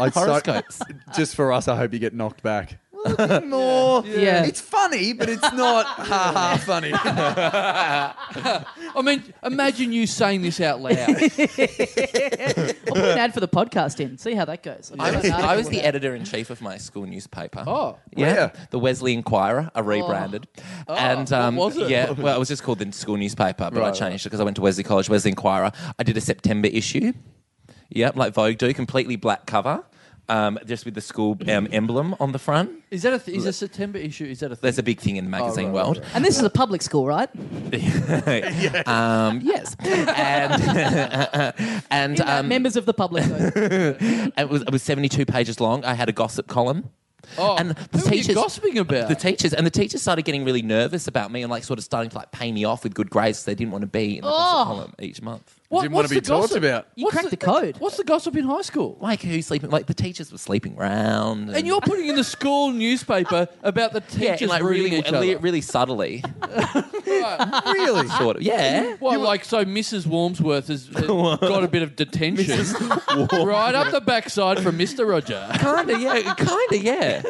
I'd so-
Horoscopes.
just for us, I hope you get knocked back.
yeah. yeah.
It's funny, but it's not ha ha funny.
I mean, imagine you saying this out loud.
I'll put an ad for the podcast in. See how that goes.
I was, I was the editor in chief of my school newspaper.
Oh.
yeah,
Where?
the Wesley Inquirer, I rebranded, and
what
um,
was it?
yeah, well, it Oh. was just called the school newspaper, but I
Right,
changed it because I went to Wesley College. Wesley Inquirer. I did a September issue. Yep, like Vogue do, completely black cover, um, just with the school um, emblem on the front.
Is that a th- is a September issue? Is that a thing?
That's a big thing in the magazine
right,
world.
And this is a public school, right?
um, yes, and and
In that
um,
members of the public. Though.
it was it was seventy two pages long. I had a gossip column.
oh,
and the
who are you
teachers-
gossiping about?
the teachers and the teachers started getting really nervous about me and like sort of starting to like pay me off with good grades 'cause they didn't want to be in the
Oh.
gossip column each month.
What-
Didn't want
what's
to be
the
talked
gossip?
about.
You
What's
cracked the code.
What's the gossip in high school?
Like who's sleeping? Like the teachers were sleeping round,
And you're putting in the school newspaper about the
yeah,
teachers
and, like
ruining
really,
each
really,
other.
really subtly,
Really?
sort of. Yeah,
Well, like so, Mrs. Wormsworth has uh, got a bit of detention right up the backside from Mr. Roger.
kinda, yeah, kinda, yeah.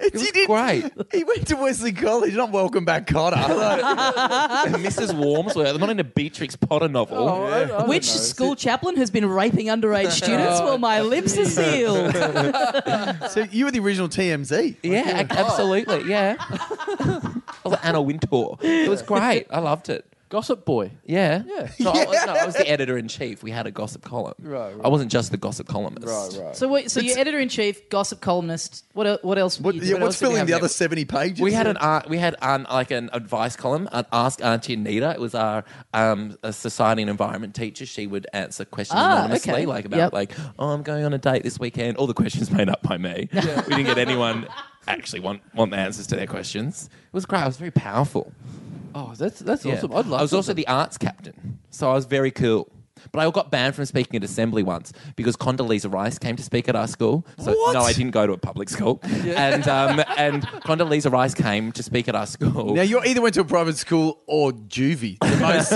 It was great.
He went to Wesley College, not Welcome Back Cotter. Like,
Mrs. Wormsworth. I'm not in a Beatrix Potter novel.
Oh,
Which school chaplain has been raping underage students? Well, my lips are sealed.
so you were the original TMZ.
yeah, ac- absolutely. Yeah, I was like Anna Wintour. It was great. I loved it.
Gossip boy.
Yeah.
Yeah.
No, I, was- no, I was the editor in chief. We had a gossip column.
Right, right.
I wasn't just the gossip columnist.
so, wait, so you're editor in chief, gossip columnist. What, el- what else?
What,
you
yeah,
do?
what's
did we
filling
have
the
there?
other 70 pages?
We had an uh, we had an, like an advice column. I'd ask Auntie Anita. It was our um, a society and environment teacher. She would answer questions
Ah,
anonymously,
okay.
like about
Yep.
like, oh, I'm going on a date this weekend. All the questions made up by me. We didn't get anyone actually want want the answers to their questions. It was great. I was very powerful.
Oh, that's that's
Yeah.
awesome. I'd love.
I was also
something.
the arts captain, so I was very cool. But I got banned from speaking at assembly once because Condoleezza Rice came to speak at our school. So
What?
no, I didn't go to a public school. And um, and Condoleezza Rice came to speak at our school.
Now you either went to a private school or juvie, the most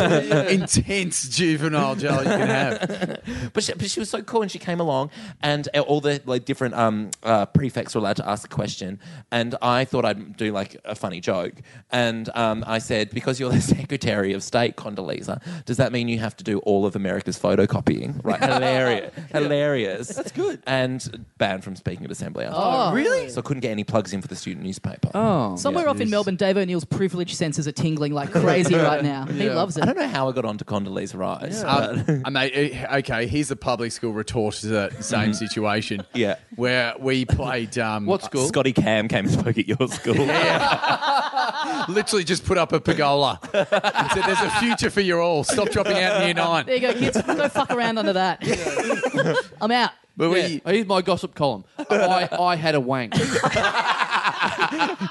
intense juvenile jail you can have.
But she, but she was so cool, and she came along, and uh, all the like different um, uh, prefects were allowed to ask a question, and I thought I'd do like a funny joke, and um, I said, because you're the Secretary of State, Condoleezza, does that mean you have to do all of America's photocopying? Right, hilarious, hilarious. That's good. And banned from speaking at assembly. after that.
really?
So I couldn't get any plugs in for the student newspaper.
Oh,
Somewhere off in Melbourne, Dave O'Neill's privilege sensors are tingling like crazy right now. He loves it.
I don't know how I got onto Condoleezza Rice. but-
Uh, mate, eh, okay, here's the public school retort to that same situation.
Yeah.
where we played. Um,
what school?
Scotty Cam came and spoke at your school.
Literally just put up a pergola and said, "There's a future for you all. Stop dropping out in year nine.
There you go, kids. Go fuck around under that. I'm out.
But
Yeah.
we,
Here's my gossip column. I, I had a wank.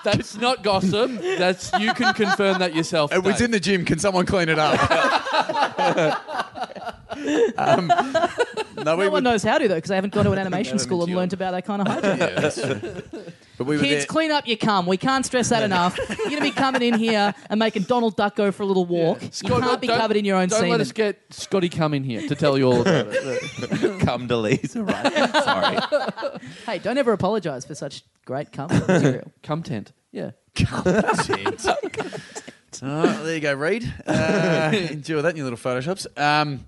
that's not gossip. That's you can confirm that yourself.
it was
Dave.
in the gym. Can someone clean it up? um, no, we
No
were,
one knows how to though, because I haven't gone to an animation school and learned about that kind of hygiene.
Yeah, that's true. But we were
Kids,
there-
clean up your cum. We can't stress that enough. You're gonna be coming in here and making Donald Duck go for a little walk.
Scott,
you can't be
don't-
covered in your own
Don't
semen.
let us get Scotty come in here to tell you all about it.
Come to Lisa, right? Sorry.
Hey, don't ever apologise for such great cum material.
Come tent. Yeah.
Shit. All right, Oh, there you go, Reed. Uh, enjoy that in your little photoshops. Um,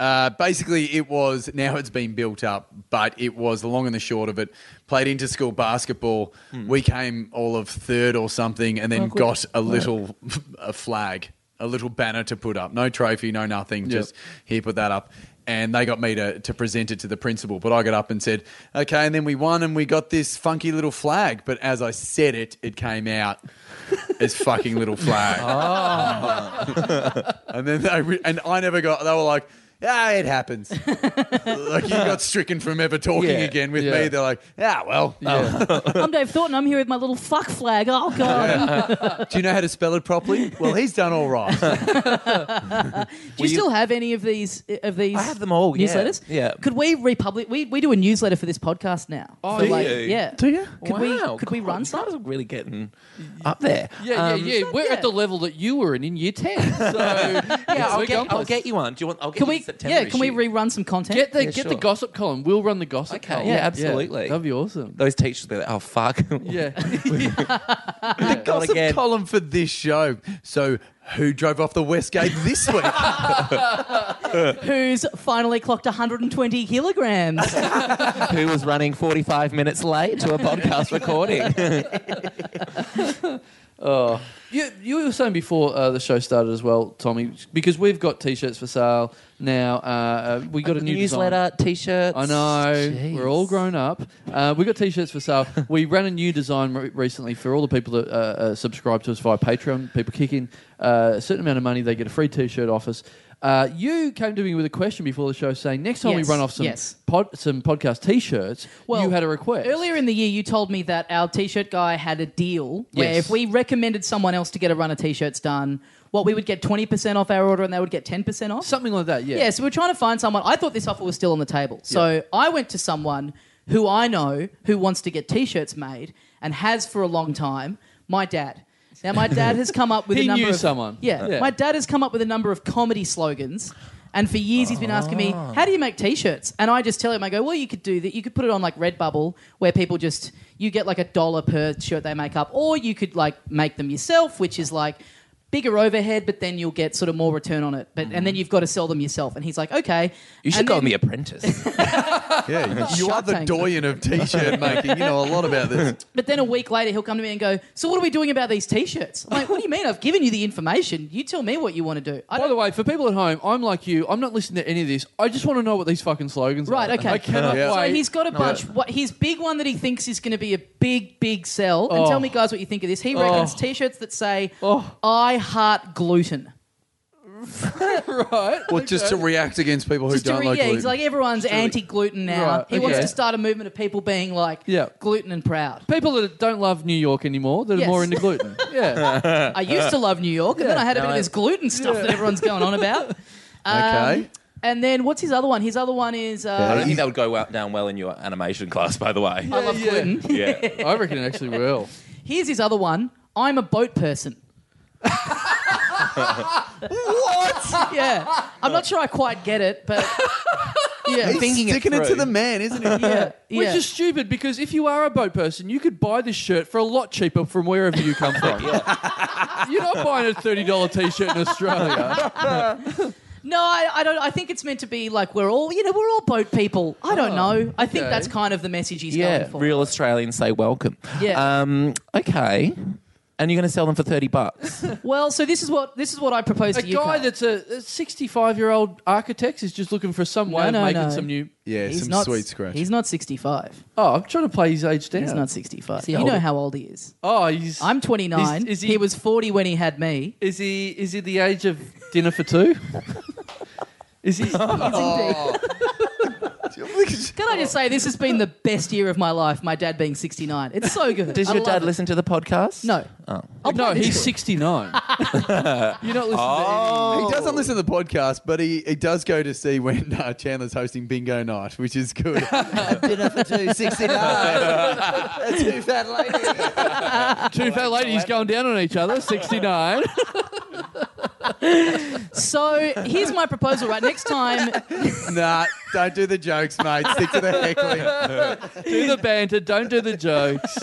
uh, basically, it was now it's been built up, but it was the long and the short of it. Played inter school basketball. We came all of third or something, and then
Oh, good.
got a little a flag, a little banner to put up. No trophy, no nothing. Just here, put that up. And they got me to, to present it to the principal, but I got up and said, "Okay." And then we won, and we got this funky little flag. But as I said it, it came out as fucking little flag. And then they re- and I never got. They were like, "Ah, it happens." like you got stricken from ever talking
Yeah,
again with
yeah.
me. They're like, "Ah, well."
I'm Dave Thornton. I'm here with my little fuck flag. Oh god.
oh, do you know how to spell it properly? Well, he's done all right.
Do you still have any of these uh, of these?
I have them all, yeah.
Newsletters.
Yeah.
Could we republish? We, we do a newsletter for this podcast now. Oh,
do you?
Yeah.
Do
you? Could
Wow,
we could we
God,
run
you guys
some?
are really getting up there.
Yeah,
Um,
yeah, yeah. We're at the level that you were in in year 10. So, yeah,
Yeah, I'll get, I'll get you one. Do you want? I'll get
Can
you
we?
the September
Yeah. Can we
issue.
rerun some content?
Get the
Yeah,
get the
sure.
gossip column. We'll run the gossip
Okay,
column.
yeah, absolutely.
That'd be awesome.
Those teachers, they're like, oh fuck.
Yeah.
the gossip
again.
column for this show. So, who drove off the west gate this week?
Who's finally clocked 120 kilograms?
Who was running 45 minutes late to a podcast recording? Oh.
You, you were saying before uh, the show started as well, Tommy, because we've got t-shirts for sale now. Uh, uh, we got a new design.
newsletter, t-shirts.
I know
Jeez.
we're all grown up. Uh, we got t-shirts for sale. we ran a new design re- recently for all the people that uh, uh, subscribe to us via Patreon. People kick in uh, a certain amount of money, they get a free t-shirt off us. Uh, you came to me with a question before the show, saying next time
Yes,
we run off some
yes.
pod, some podcast t-shirts, you had a request
Earlier in the year, you told me that our t-shirt guy had a deal where
Yes.
if we recommended someone else to get a run of t-shirts done, what we would get 20% off our order and they would get 10% off.
something like that. Yeah,
Yeah, so we we're trying to find someone. I thought this offer was still on the table. So I went to someone who I know who wants to get t shirts made and has for a long time my dad. Now, my dad has come up with
He
a number
knew
of.
someone.
Yeah,
Yeah.
My dad has come up with a number of comedy slogans. And for years, he's been asking me,
Ah.
"How do you make T-shirts?" And I just tell him, "I go, well, you could do that. You could put it on like Redbubble, where people just you get like a dollar per shirt they make up, or you could like make them yourself, which is like bigger overhead, but then you'll get sort of more return on it. But and then you've got to sell them yourself. And he's like, okay.
Mm. You should
And
go on
then-
The Apprentice.
yeah, you- you
Shark
are the
Tank.
doyen of t-shirt making. You know a lot about this.
But then a week later, he'll come to me and go, so what are we doing about these T-shirts? I'm like, what do you mean? I've given you the information. You tell me what you want to do.
By
I don't,
the way, for people at home, I'm like you. I'm not listening to any of this. I just want to know what these fucking slogans
Right,
are.
okay.
I cannot
Yeah.
so
wait.
he's got a bunch. What his big one that he thinks is going to be a big, big sell. And tell me, guys, what you think of this. He reckons T-shirts that say
Oh.
"I heart gluten."
right.
Well, just to react against people who
Just to
don't
re-
like
yeah,
gluten.
he's like everyone's anti-gluten now.
Right,
he wants
okay.
to start a movement of people being like
Yeah.
gluten and proud.
People that don't love New York anymore, that are
Yes.
more into gluten. Yeah.
I used to love New York, and then I had a bit of this gluten stuff that everyone's going on about.
okay.
And then what's his other one? His other one is
I
uh,
don't think that would go well, down well in your animation class, by the way.
I love
Yeah.
Clinton.
Yeah.
I reckon it actually will.
Here's his other one. I'm a boat person. what? Yeah, I'm not sure I quite get it, but yeah,
He's sticking it, to the man, isn't he?
yeah,
Which
yeah.
is stupid because if you are a boat person, you could buy this shirt for a lot cheaper from wherever you come from. You're not buying a thirty dollar t shirt in Australia.
No, I, I don't. I think it's meant to be like we're all, you know, we're all boat people. I don't know. I think
Oh, okay.
that's kind of the message he's
Yeah,
going for.
real Australians say welcome.
Yeah.
Um, okay. And you're going to sell them for 30 bucks.
Well, so this is what this is what I propose
A
to you.
guy
Carl.
that's a sixty five year old architect is just looking for some way
No,
of
no,
making
no.
some new
Yeah,
he's
some
not,
sweet scratch.
He's not 65.
Oh, I'm trying to play his age down.
He's not 65.
he
you
old?
know how old he is.
Oh, he's
I'm 29.
Is- is
he...
he-
was 40 when he had me.
Is he is he the age of dinner for two? is he
Can I just say this has been the best year of my life? My dad being 69. It's so good.
Does
I
your
love
dad
it.
listen to the podcast? Oh.
No. I'll
No,
play this
he's
for you.
69. You're not listening to
He doesn't listen to the podcast, but he, he does go to see when uh, Chandler's hosting bingo night, which is good.
Dinner for two, 69. Two fat ladies.
any- two fat ladies going down on each other, 69.
So here's my proposal. Right next time,
nah, don't do the jokes, mate. Stick to the heckling.
do the banter, don't do the jokes.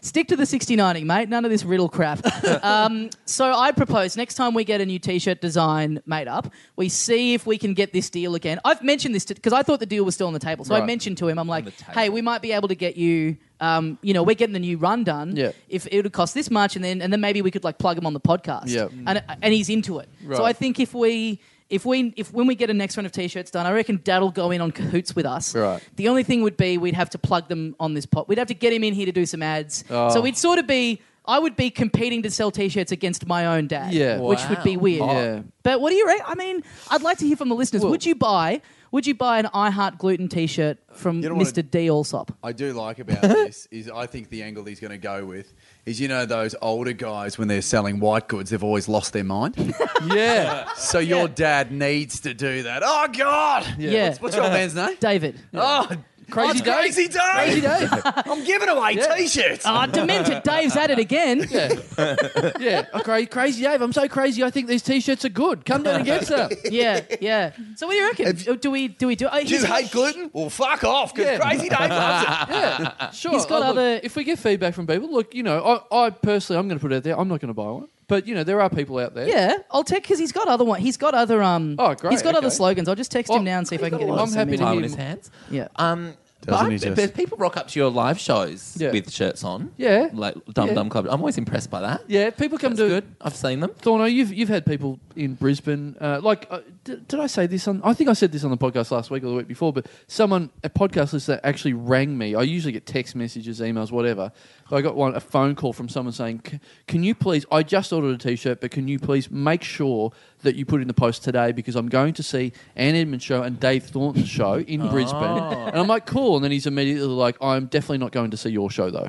stick to the 69ing, mate. None of this riddle crap. um, so I propose next time we get a new T-shirt design made up, we see if we can get this deal again. I've mentioned this because I thought the deal was still on the table. So I
Right.
mentioned to him, I'm like,
the table.
hey, we might be able to get you. Um, you know, we're getting the new run done.
Yeah.
If it would cost this much, and then and then maybe we could like plug him on the podcast.
Yeah.
And and he's into it. So
Right.
I think if we. If we if when we get a next round of t-shirts done, I reckon Dad'll go in on cahoots with us.
Right.
The only thing would be we'd have to plug them on this pot. We'd have to get him in here to do some ads.
Oh.
So it'd sort of be I would be competing to sell t-shirts against my own dad,
Yeah.
which would be
Wow.
weird.
Yeah.
But what do you rate? I mean, I'd like to hear from the listeners.
Well-
would you buy? Would you buy an I Heart Gluten t-shirt from
You
Mr.
don't wanna-
D Allsop?
I do like about this is I think the angle he's going to go with is you know those older guys when they're selling white goods they've always lost their mind.
Yeah.
So your dad needs to do that. Oh God!
Yeah,
What's your man's name?
David.
Oh,
Crazy
oh,
days.
Crazy Dave.
days.
I'm giving away
Yeah. Oh,
t-shirts.
Ah, demented. Dave's at it again.
Yeah. Yeah. Okay, crazy Dave. I'm so crazy. I think these t shirts are good. Come down and get some.
Yeah, yeah. So what do you reckon? do we do we do? Oh,
Do you
he's-
hate gluten? Well, fuck off, because
Yeah.
Crazy Dave loves it.
Yeah. Sure.
He's got
Uh, look,
other-
if we get feedback from people, look, you know, I, I personally, I'm going to put it out there. I'm not going to buy one. But, you know, there are people out there.
Yeah, I'll text because he's got other one. He's got other um.
Oh, great,
He's got other
okay.
slogans. I'll just text
Oh,
him now and see if I can get him.
I'm
to send
happy
me
to
one.
Time
hear-
in his hands.
Yeah.
Um,
Doesn't
but
he
I-
just-
but people rock up to your live shows
Yeah.
with shirts on.
Yeah.
Like Dum
Yeah.
Dum Club. I'm always impressed by that.
Yeah, people come
That's
to
good. I've seen them.
Thorno, you've you've had people in Brisbane, uh, like uh, d- did I say this on? I think I said this on the podcast last week or the week before, but someone a podcast listener actually rang me. I usually get text messages, emails, whatever. But I got one a phone call from someone saying, "C- "Can you please? I just ordered a T-shirt, but can you please make sure that you put it in the post today because I'm going to see Ann Edmonds show and Dave Thornton's show in Brisbane." And I'm like, "Cool." And then he's immediately like, "I'm definitely not going to see your show though."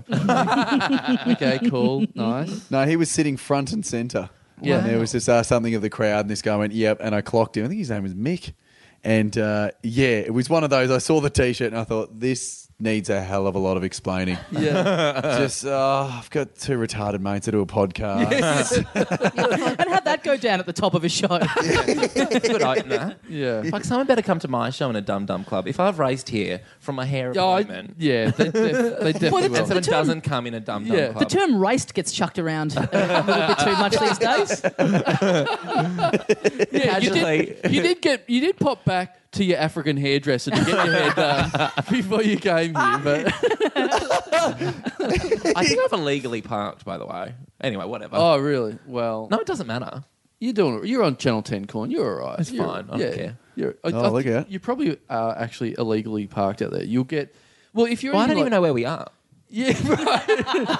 okay, cool, nice.
No, he was sitting front and center.
Yeah.
Yeah, and there was just uh, something of the crowd, and this guy went, "Yep," and I clocked him. I think his name was Mick, and uh, yeah, it was one of those. I saw the T-shirt and I thought this needs a hell of a lot of explaining.
Yeah.
just oh, I've got two retarded mates that do a podcast.
and had that go down at the top of a show.
Good opener.
Yeah.
Like someone better come to my show in a Dum Dum Club. If I've raised here from my hair
Yeah, I-
appointment,
yeah, they, def- they definitely
the-
will.
and someone
term-
doesn't come in a Dum Dum
Yeah.
Club,
The term "raced" gets chucked around a little bit too much these days.
yeah, you,
casually-
did, you did get you did pop back to your African hairdresser to get your hair done before you came here, but
I think I've illegally parked. By the way, anyway, whatever.
oh really? Well,
No, it doesn't matter.
you're doing you're on Channel Ten, Corn. You're all right.
It's
You're-
fine. I don't care.
You're, I,
Oh,
I
look
think
out.
You probably are actually illegally parked out there. You'll get. Well, if you're
Well, I
in,
don't
like-
even know where we are.
Yeah, right.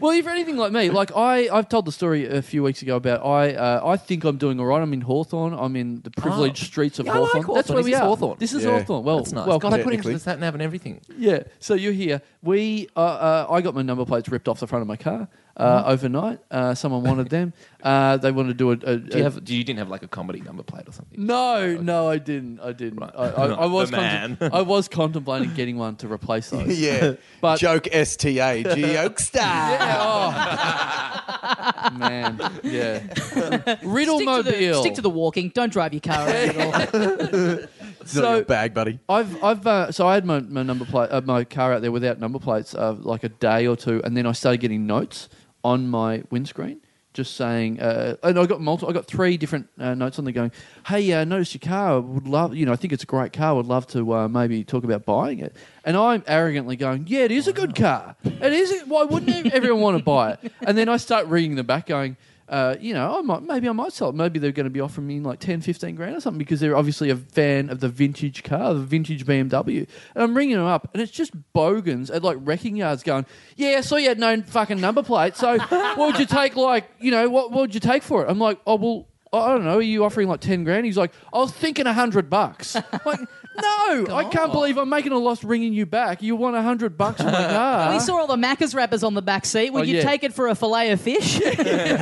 well, if you're anything like me, like I, I've told the story a few weeks ago about I, uh, I think I'm doing all right. I'm in Hawthorne. I'm in the privileged
Oh.
streets of
Yeah, I like
Hawthorne. That's
Hawthorne.
where
Is
we
this
are.
Hawthorne?
This is
Yeah.
Hawthorne. Well,
That's nice.
well,
God, I put into
technically.
the sat nav and everything.
yeah. So you're here.
Mm-hmm.
We, uh, uh, I got my number plates ripped off the front of my car uh, overnight. Uh, someone wanted them. Uh, they wanted to do a. a,
Do you
a-
have? Do you didn't have like a comedy number plate or something?
no, no, I didn't. I didn't.
Right.
I, I, I
The
was
man.
I was contemplating getting one to replace those.
yeah.
But-
Joke STA, jokester.
Yeah. Oh. Man. Yeah. Riddle
Stick to, the,
mobile.
stick to the walking. Don't drive your car around at all.
Not in
so
your bag, buddy.
I've I've uh, so I had my, my number plate uh, my car out there without number plates uh, like a day or two, and then I started getting notes on my windscreen just saying, uh, and I got multiple. I got three different uh, notes on there going, "Hey, uh, noticed your car. Would love you know. I think it's a great car. Would love to uh, maybe talk about buying it." And I'm arrogantly going, "Yeah, it is a good car. It is. A, why wouldn't ev- everyone want to buy it?" And then I start reading them back, going. Uh, you know, I might, maybe I might sell it. Maybe they're going to be offering me like 10, 15 grand or something because they're obviously a fan of the vintage car, the vintage BMW. And I'm ringing them up, and it's just bogans at like wrecking yards going, "Yeah, I saw you had no fucking number plate. So what would you take? Like, you know, what, what would you take for it?" I'm like, "Oh well, I don't know. Are you offering like ten grand?" He's like, "I was thinking a hundred bucks." I'm Like, no, I can't believe I'm making a loss ringing you back. You want a hundred bucks for my car?
we saw all the Macca's wrappers on the back seat.
Uh-huh.
Would
Oh,
you
yeah.
take it for a fillet of fish?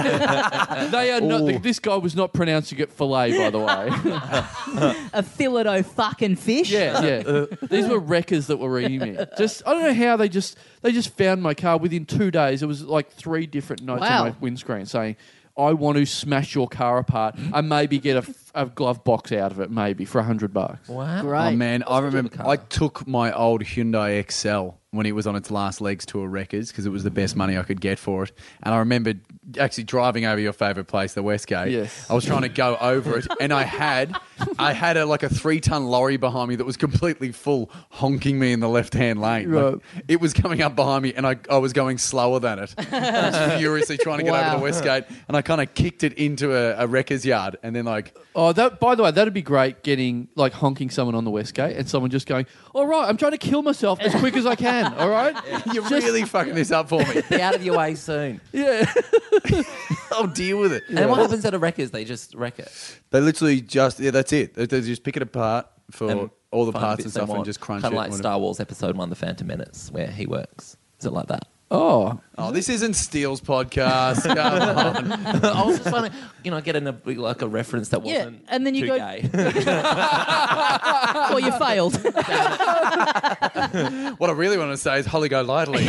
they are not. this guy was not pronouncing it fillet, by the way.
a fillet o fucking fish?
Yeah, yeah. These were wreckers that were reading me. Just I don't know how they just they just found my car within two days. It was like three different notes
Wow.
on my windscreen saying, "I want to smash your car apart and maybe get a, a glove box out of it, maybe for a hundred bucks."
Wow.
Great.
Oh man, I remember I took my old Hyundai XL when it was on its last legs to a wreckers because it was the best money I could get for it. And I remember actually driving over your favourite place, the Westgate.
Yes.
I was trying to go over it, and I had, I had a, like a three-ton lorry behind me that was completely full, honking me in the left-hand lane. Like,
Right.
it was coming up behind me, and I, I was going slower than it. I was furiously trying to get
Wow.
over the Westgate, and I kind of kicked it into a, a wreckers yard, and then like.
Oh, that by the way, that'd be great. Getting like honking someone on the west gate and someone just going, "All right, I'm trying to kill myself as quick as I can." All right,
You're really fucking this up for me.
Be out of your way soon.
yeah.
I'll deal with it.
And what happens at a wreck is they just wreck it.
They literally just yeah, that's it. They, they just pick it apart for
And
all the
find
parts
bits
and
they
stuff and
want.
just crunch
Kinda
it.
like Star Wars Episode One: The Phantom Menace, where he works. Is it like that?
Oh,
Oh, this isn't Steele's podcast. Come on.
I was just trying to, you know, get in a like a reference that
Yeah,
wasn't.
and then you
too
go-
Gay.
Well, you failed.
What I really want to say is Holly Golightly.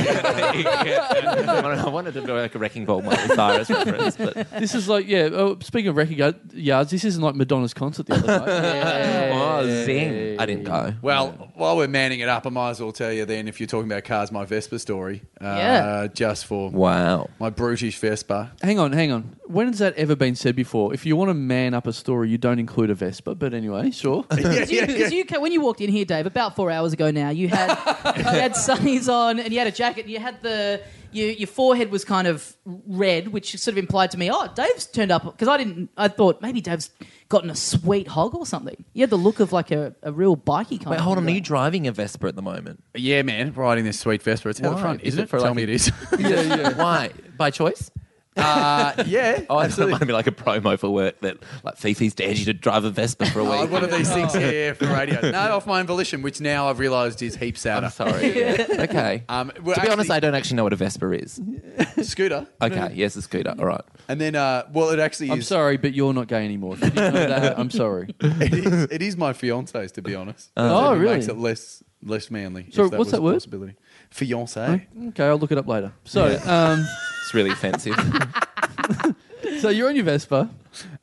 I wanted to do like a wrecking ball Miley Cyrus reference, but
this is like yeah. Oh, speaking of wrecking yard- yards, this isn't like Madonna's concert the other night.
oh zing! I didn't go.
well, while we're manning it up, I might as well tell you then if you're talking about cars, my Vespa story. Uh,
Yeah.
Just for
Wow.
my brutish Vespa.
Hang on, hang on. When has that ever been said before? If you want to man up a story, you don't include a Vespa. But anyway, sure.
Because you, 'cause you ca- when you walked in here, Dave, about four hours ago now, you had you had sunnies on and you had a jacket. And you had the you, your forehead was kind of red, which sort of implied to me, oh, Dave's turned up because I didn't. I thought maybe Dave's gotten a sweet hog or something. You had the look of like a, a real bikey kind.
Wait,
of
hold on. Are
guy.
you driving a Vespa at the moment?
Yeah, man. Riding this sweet Vespa. It's out the
Why?
front,
Is
isn't
it
it?
for
Tell
like
me
a-
it is.
yeah, yeah.
Why? By choice?
uh, yeah.
Oh, I thought it might be like a promo for work that like Fifi's dared you to drive a Vespa for a
Oh,
week.
one of these things here for radio. No, off my own volition, which now I've realised is heaps sadder.
I'm sorry. Yeah. Okay.
Um,
to be
well,
honest,
actually-
I don't actually know what a Vespa is.
Scooter.
Okay. Yes, a scooter. All right.
And then, uh, well, it actually
I'm
is.
sorry, but you're not gay anymore. If you didn't know that, I'm sorry.
it, is, it is my fiance's, to be honest.
Oh,
It
really?
Makes it less less manly.
So
if that
what's
was
that
a
word?
Possibility. Fiance.
Okay, I'll look it up later. So, um,
It's really offensive.
so you're on your Vespa.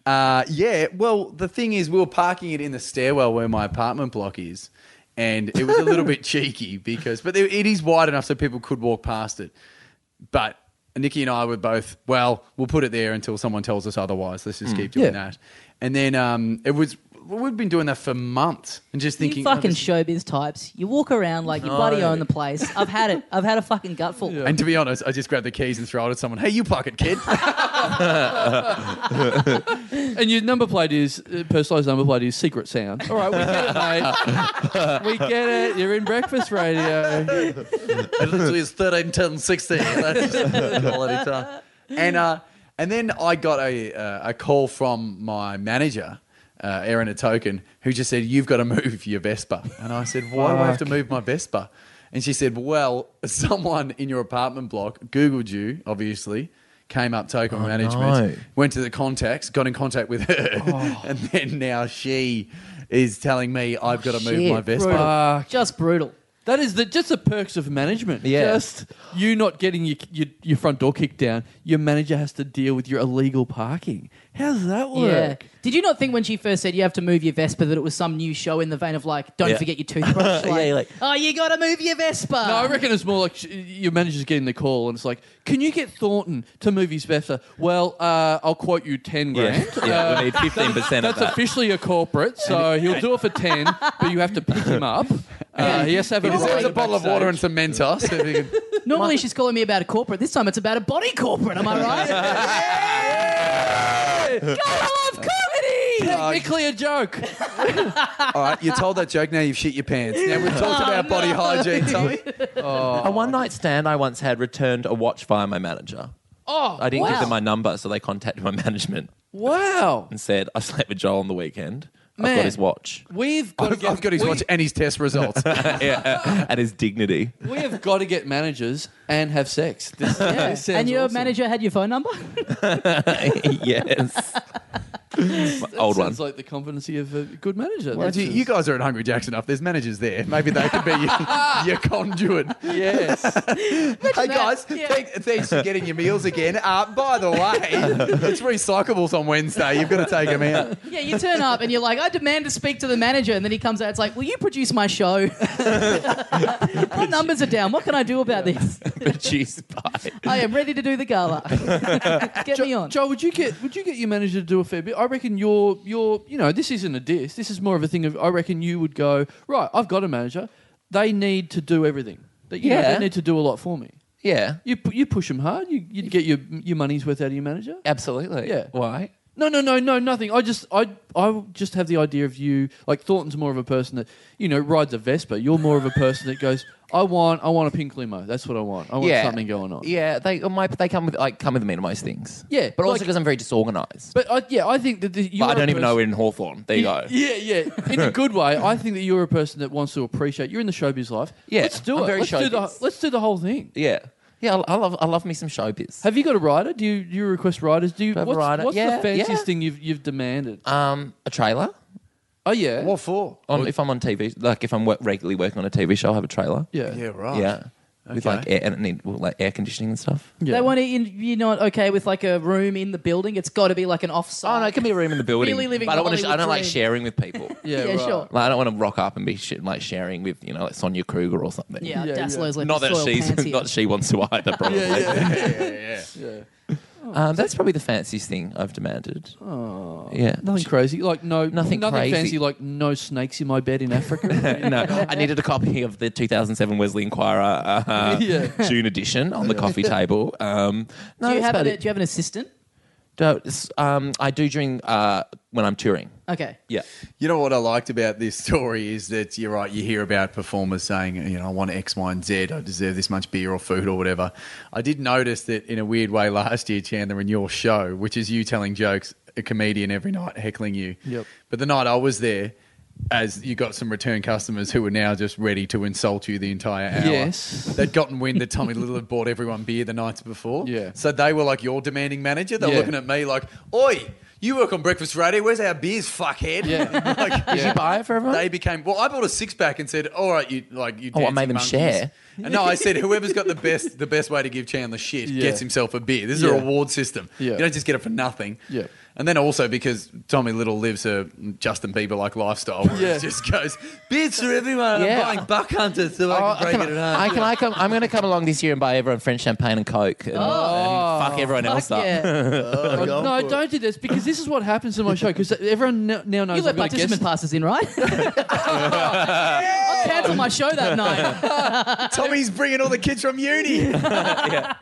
Uh, yeah. Well, the thing is, we were parking it in the stairwell where my apartment block is, and it was a little bit cheeky because, but it it is wide enough so people could walk past it. But Nikki and I were both, well, we'll put it there until someone tells us otherwise. Let's just keep doing
Mm. Yeah.
that. And then um, it was. We've been doing that for months and just
You
thinking. oh,
fucking
this-
showbiz types. You walk around like you bloody own the place. I've had it. I've had a fucking gutful.
And to be honest, I just grabbed the keys and throw it at someone. Hey, you park it, kid.
And your number plate is uh, personalised number plate is secret sound. All right, we get it, mate. we get it. You're in breakfast radio.
It literally is 13, 10, 16. That's just quality time. And, uh, and then I got a, uh, a call from my manager, uh, Aaron Atoken, who just said, You've got to move your Vespa. And I said, Why do I have to move my Vespa? And she said, Well, someone in your apartment block Googled you, obviously, came up token
Oh,
management,
no. Oh.
went to the contacts, got in contact with her, and then now she is telling me I've got to move
shit.
my Vespa.
Brutal.
Fuck.
Just brutal.
Uh, That is the just the perks of management.
Yeah.
Just you not getting your, your your front door kicked down. Your manager has to deal with your illegal parking. How does that work?
Yeah. Did you not think when she first said you have to move your Vespa that it was some new show in the vein of like, don't
Yeah.
forget your toothbrush?
Yeah,
Like,
you're like-
oh, you gotta move your Vespa.
No, I reckon it's more like sh- your manager's getting the call and it's like, can you get Thornton to move his Vespa? Well, uh, I'll quote you ten
Yeah,
grand.
yeah,
Uh,
we need fifteen percent of
that's
that.
officially a corporate, so he'll do it for ten, but you have to pick him up. Uh, he has to have a
He
ride
deserves a
backstage.
bottle of water and some Mentos. if he can-
Normally she's calling me about a corporate. This time it's about a body corporate. Am I right? God, I love comedy.
Technically a joke.
All right, you told that joke. Now you've shit your pants. Now we've talked
Oh,
about body hygiene, Tommy.
A one night stand I once had returned a watch via my manager.
Oh,
I didn't
Wow.
give them my number, so they contacted my management
wow.
and said, I slept with Joel on the weekend. I've
Man.
got his watch.
We've got to
I've,
get,
I've got his
we-
watch and his test results.
yeah, and his dignity.
We have got to get managers and have sex. This,
Yeah.
this sounds
And your
awesome.
manager had your phone number?
yes. My old one.
sounds like the competency of a good manager.
Well, you, you guys are at Hungry Jack's enough. There's managers there. Maybe they could be your, your conduit.
yes.
Hey
that.
guys,
Yeah.
thank- thanks for getting your meals again. Uh, by the way, it's recyclables on Wednesday. You've got to take them out.
yeah, you turn up and you're like, I demand to speak to the manager. And then he comes out, it's like, Will you produce my show? my numbers are down. What can I do about this?
Produced by.
I am ready to do the gala. Get me on.
Joe, would you get would you get your manager to do a fair bit? I reckon you're you're you know this isn't a diss. This is more of a thing of I reckon you would go right. I've got a manager. They need to do everything. That you know,
Yeah.
they need to do a lot for me.
Yeah,
You pu- you push them hard. You you get your your money's worth out of your manager.
absolutely.
Yeah.
Why?
No, no, no, no, nothing. I just, I, I just have the idea of you. Like Thornton's more of a person that, you know, rides a Vespa. You're more of a person that goes, I want, I want a pink limo. That's what I want. I want
yeah.
something going on.
Yeah, they oh, my, they come with like come with me to most things.
Yeah,
but also
like-
because I'm very disorganized.
But I, yeah, I think that the, you.
But I
are
don't
a
even know
person-
we're in Hawthorne. There you go.
Yeah, yeah. In a good way, I think that you're a person that wants to appreciate. You're in the showbiz life.
Yeah,
let's do
I'm
it.
very
let's do the,
showbiz.
let's do the whole thing.
Yeah, yeah. I, I love I love me some showbiz.
Have you got a rider? Do you, do you request riders? Do you?
Do I have a
what's
rider?
what's
Yeah,
the fanciest
yeah.
thing you've you've demanded?
um, a trailer.
Oh yeah,
What for?
On, if I'm on TV, like if I'm work, regularly working on a TV show, I'll have a trailer.
yeah,
Yeah, right.
Yeah, with
Okay.
like air, and it need well, like air conditioning and stuff.
Yeah.
They want to, you're not okay with like a room in the building. It's got to be like an
Oh
offsite.
no, it can be a room in the building.
Really living
but I
the
don't want to. I
Hollywood
don't like
dream.
sharing with people.
Yeah,
Yeah,
right.
sure.
Like I don't want to rock up and be sh- like sharing with you know like Sonia Kruger or something.
Yeah,
Yeah,
Daslo's like
Not
the
that
soil
she's
pants here.
not she wants to either. Probably.
Yeah, yeah, yeah.
Um, that's probably the fanciest thing I've demanded. Oh, yeah.
Nothing crazy, like no
Nothing crazy.
fancy, like no snakes in my bed in Africa.
no, I needed a copy of the 2007 Wesley Inquirer uh,
Yeah.
June edition on the coffee table. Um, no,
do, you
that's
have
about
an,
it.
do you have an assistant?
No, it's, um, I do during uh, when I'm touring.
Okay.
Yeah,
You know what I liked about this story is that you're right. You hear about performers saying, you know, I want X, Y, and Z. I deserve this much beer or food or whatever. I did notice that in a weird way last year, Chandler, in your show, which is you telling jokes, a comedian every night heckling you.
Yep.
But the night I was there, as you got some return customers who were now just ready to insult you the entire hour.
Yes.
They'd gotten wind that Tommy Little had bought everyone beer the nights before.
Yeah.
So they were like your demanding manager. They're
Yeah.
looking at me like, oi, you work on breakfast radio. Where's our beers, fuckhead?
Yeah.
like,
Yeah.
buy it for everyone.
they became well. I bought a six pack and said, "All right, you like you."
Oh, I
dancing
made them
monkeys."
share.
And no, I said, "Whoever's got the best, the best way to give Chandler shit
Yeah.
gets himself a beer. This is a
Yeah.
reward system.
Yeah.
You don't just get it for nothing."
Yeah.
And then also because Tommy Little lives a Justin Bieber like lifestyle, where
Yeah.
he just goes beers for everyone.
Yeah.
I'm buying buck hunters so I
Oh,
can break it at home.
I can. I come. I'm going to come along this year and buy everyone French champagne and coke and,
Oh.
and fuck everyone
Fuck
else up.
yeah.
no, I don't do this because this is what happens in my show. Because everyone n- now knows
You
I've
let
got a guest.
participant passes in, right? I cancelled my show that night.
Tommy's bringing all the kids from uni.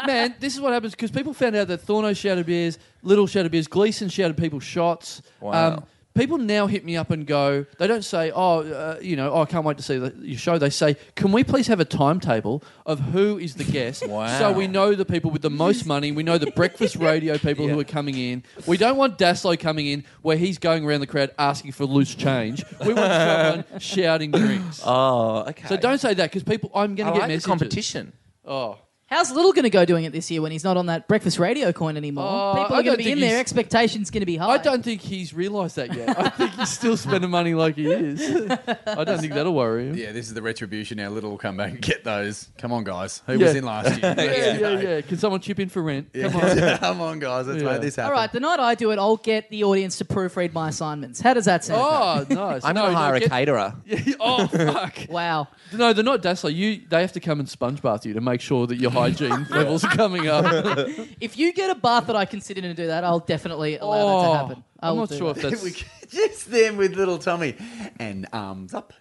Man, this is what happens because people found out that Thorno shouted beers, Little shouted beers, Gleason shouted people shots. Um,
Wow.
people now hit me up and go. They don't say, "Oh, uh, you know, oh, I can't wait to see the, your show." They say, "Can we please have a timetable of who is the guest,
Wow.
so we know the people with the most money? We know the breakfast radio people who
Yeah.
are coming in. We don't want Daslow coming in where he's going around the crowd asking for loose change. We want someone shouting drinks."
Oh, okay.
So don't say that because people, I'm
I
going to
like
get
the
messages.
competition.
Oh,
How's Little going to go doing it this year when he's not on that breakfast radio coin anymore?
Uh,
People
I
are going
don't
to be
think
in there.
he's-
Expectations going to be high.
I don't think he's realised that yet. I think he's still spending money like he is. I don't think that'll worry him.
Yeah, this is the retribution. Now Little will come back and get those. Come on, guys. Who
Yeah.
was in last year?
yeah, yeah, yeah. Can someone chip in for rent? Come on.
Come on, guys. Let's
Yeah.
make this
All
happen.
right, the night I do it, I'll get the audience to proofread my assignments. How does that sound?
Oh, nice.
I'm
no,
going
no,
to hire a
get-
caterer.
oh, fuck.
Wow.
No, they're not Dassler. You, they have to come and sponge bath you to make sure that your hygiene levels are coming up.
If you get a bath that I consider to do that, I'll definitely allow that to happen. I
Oh, I'm
will
not
do
sure
that.
if that's.
We could- Just them with little Tommy and um, arms up.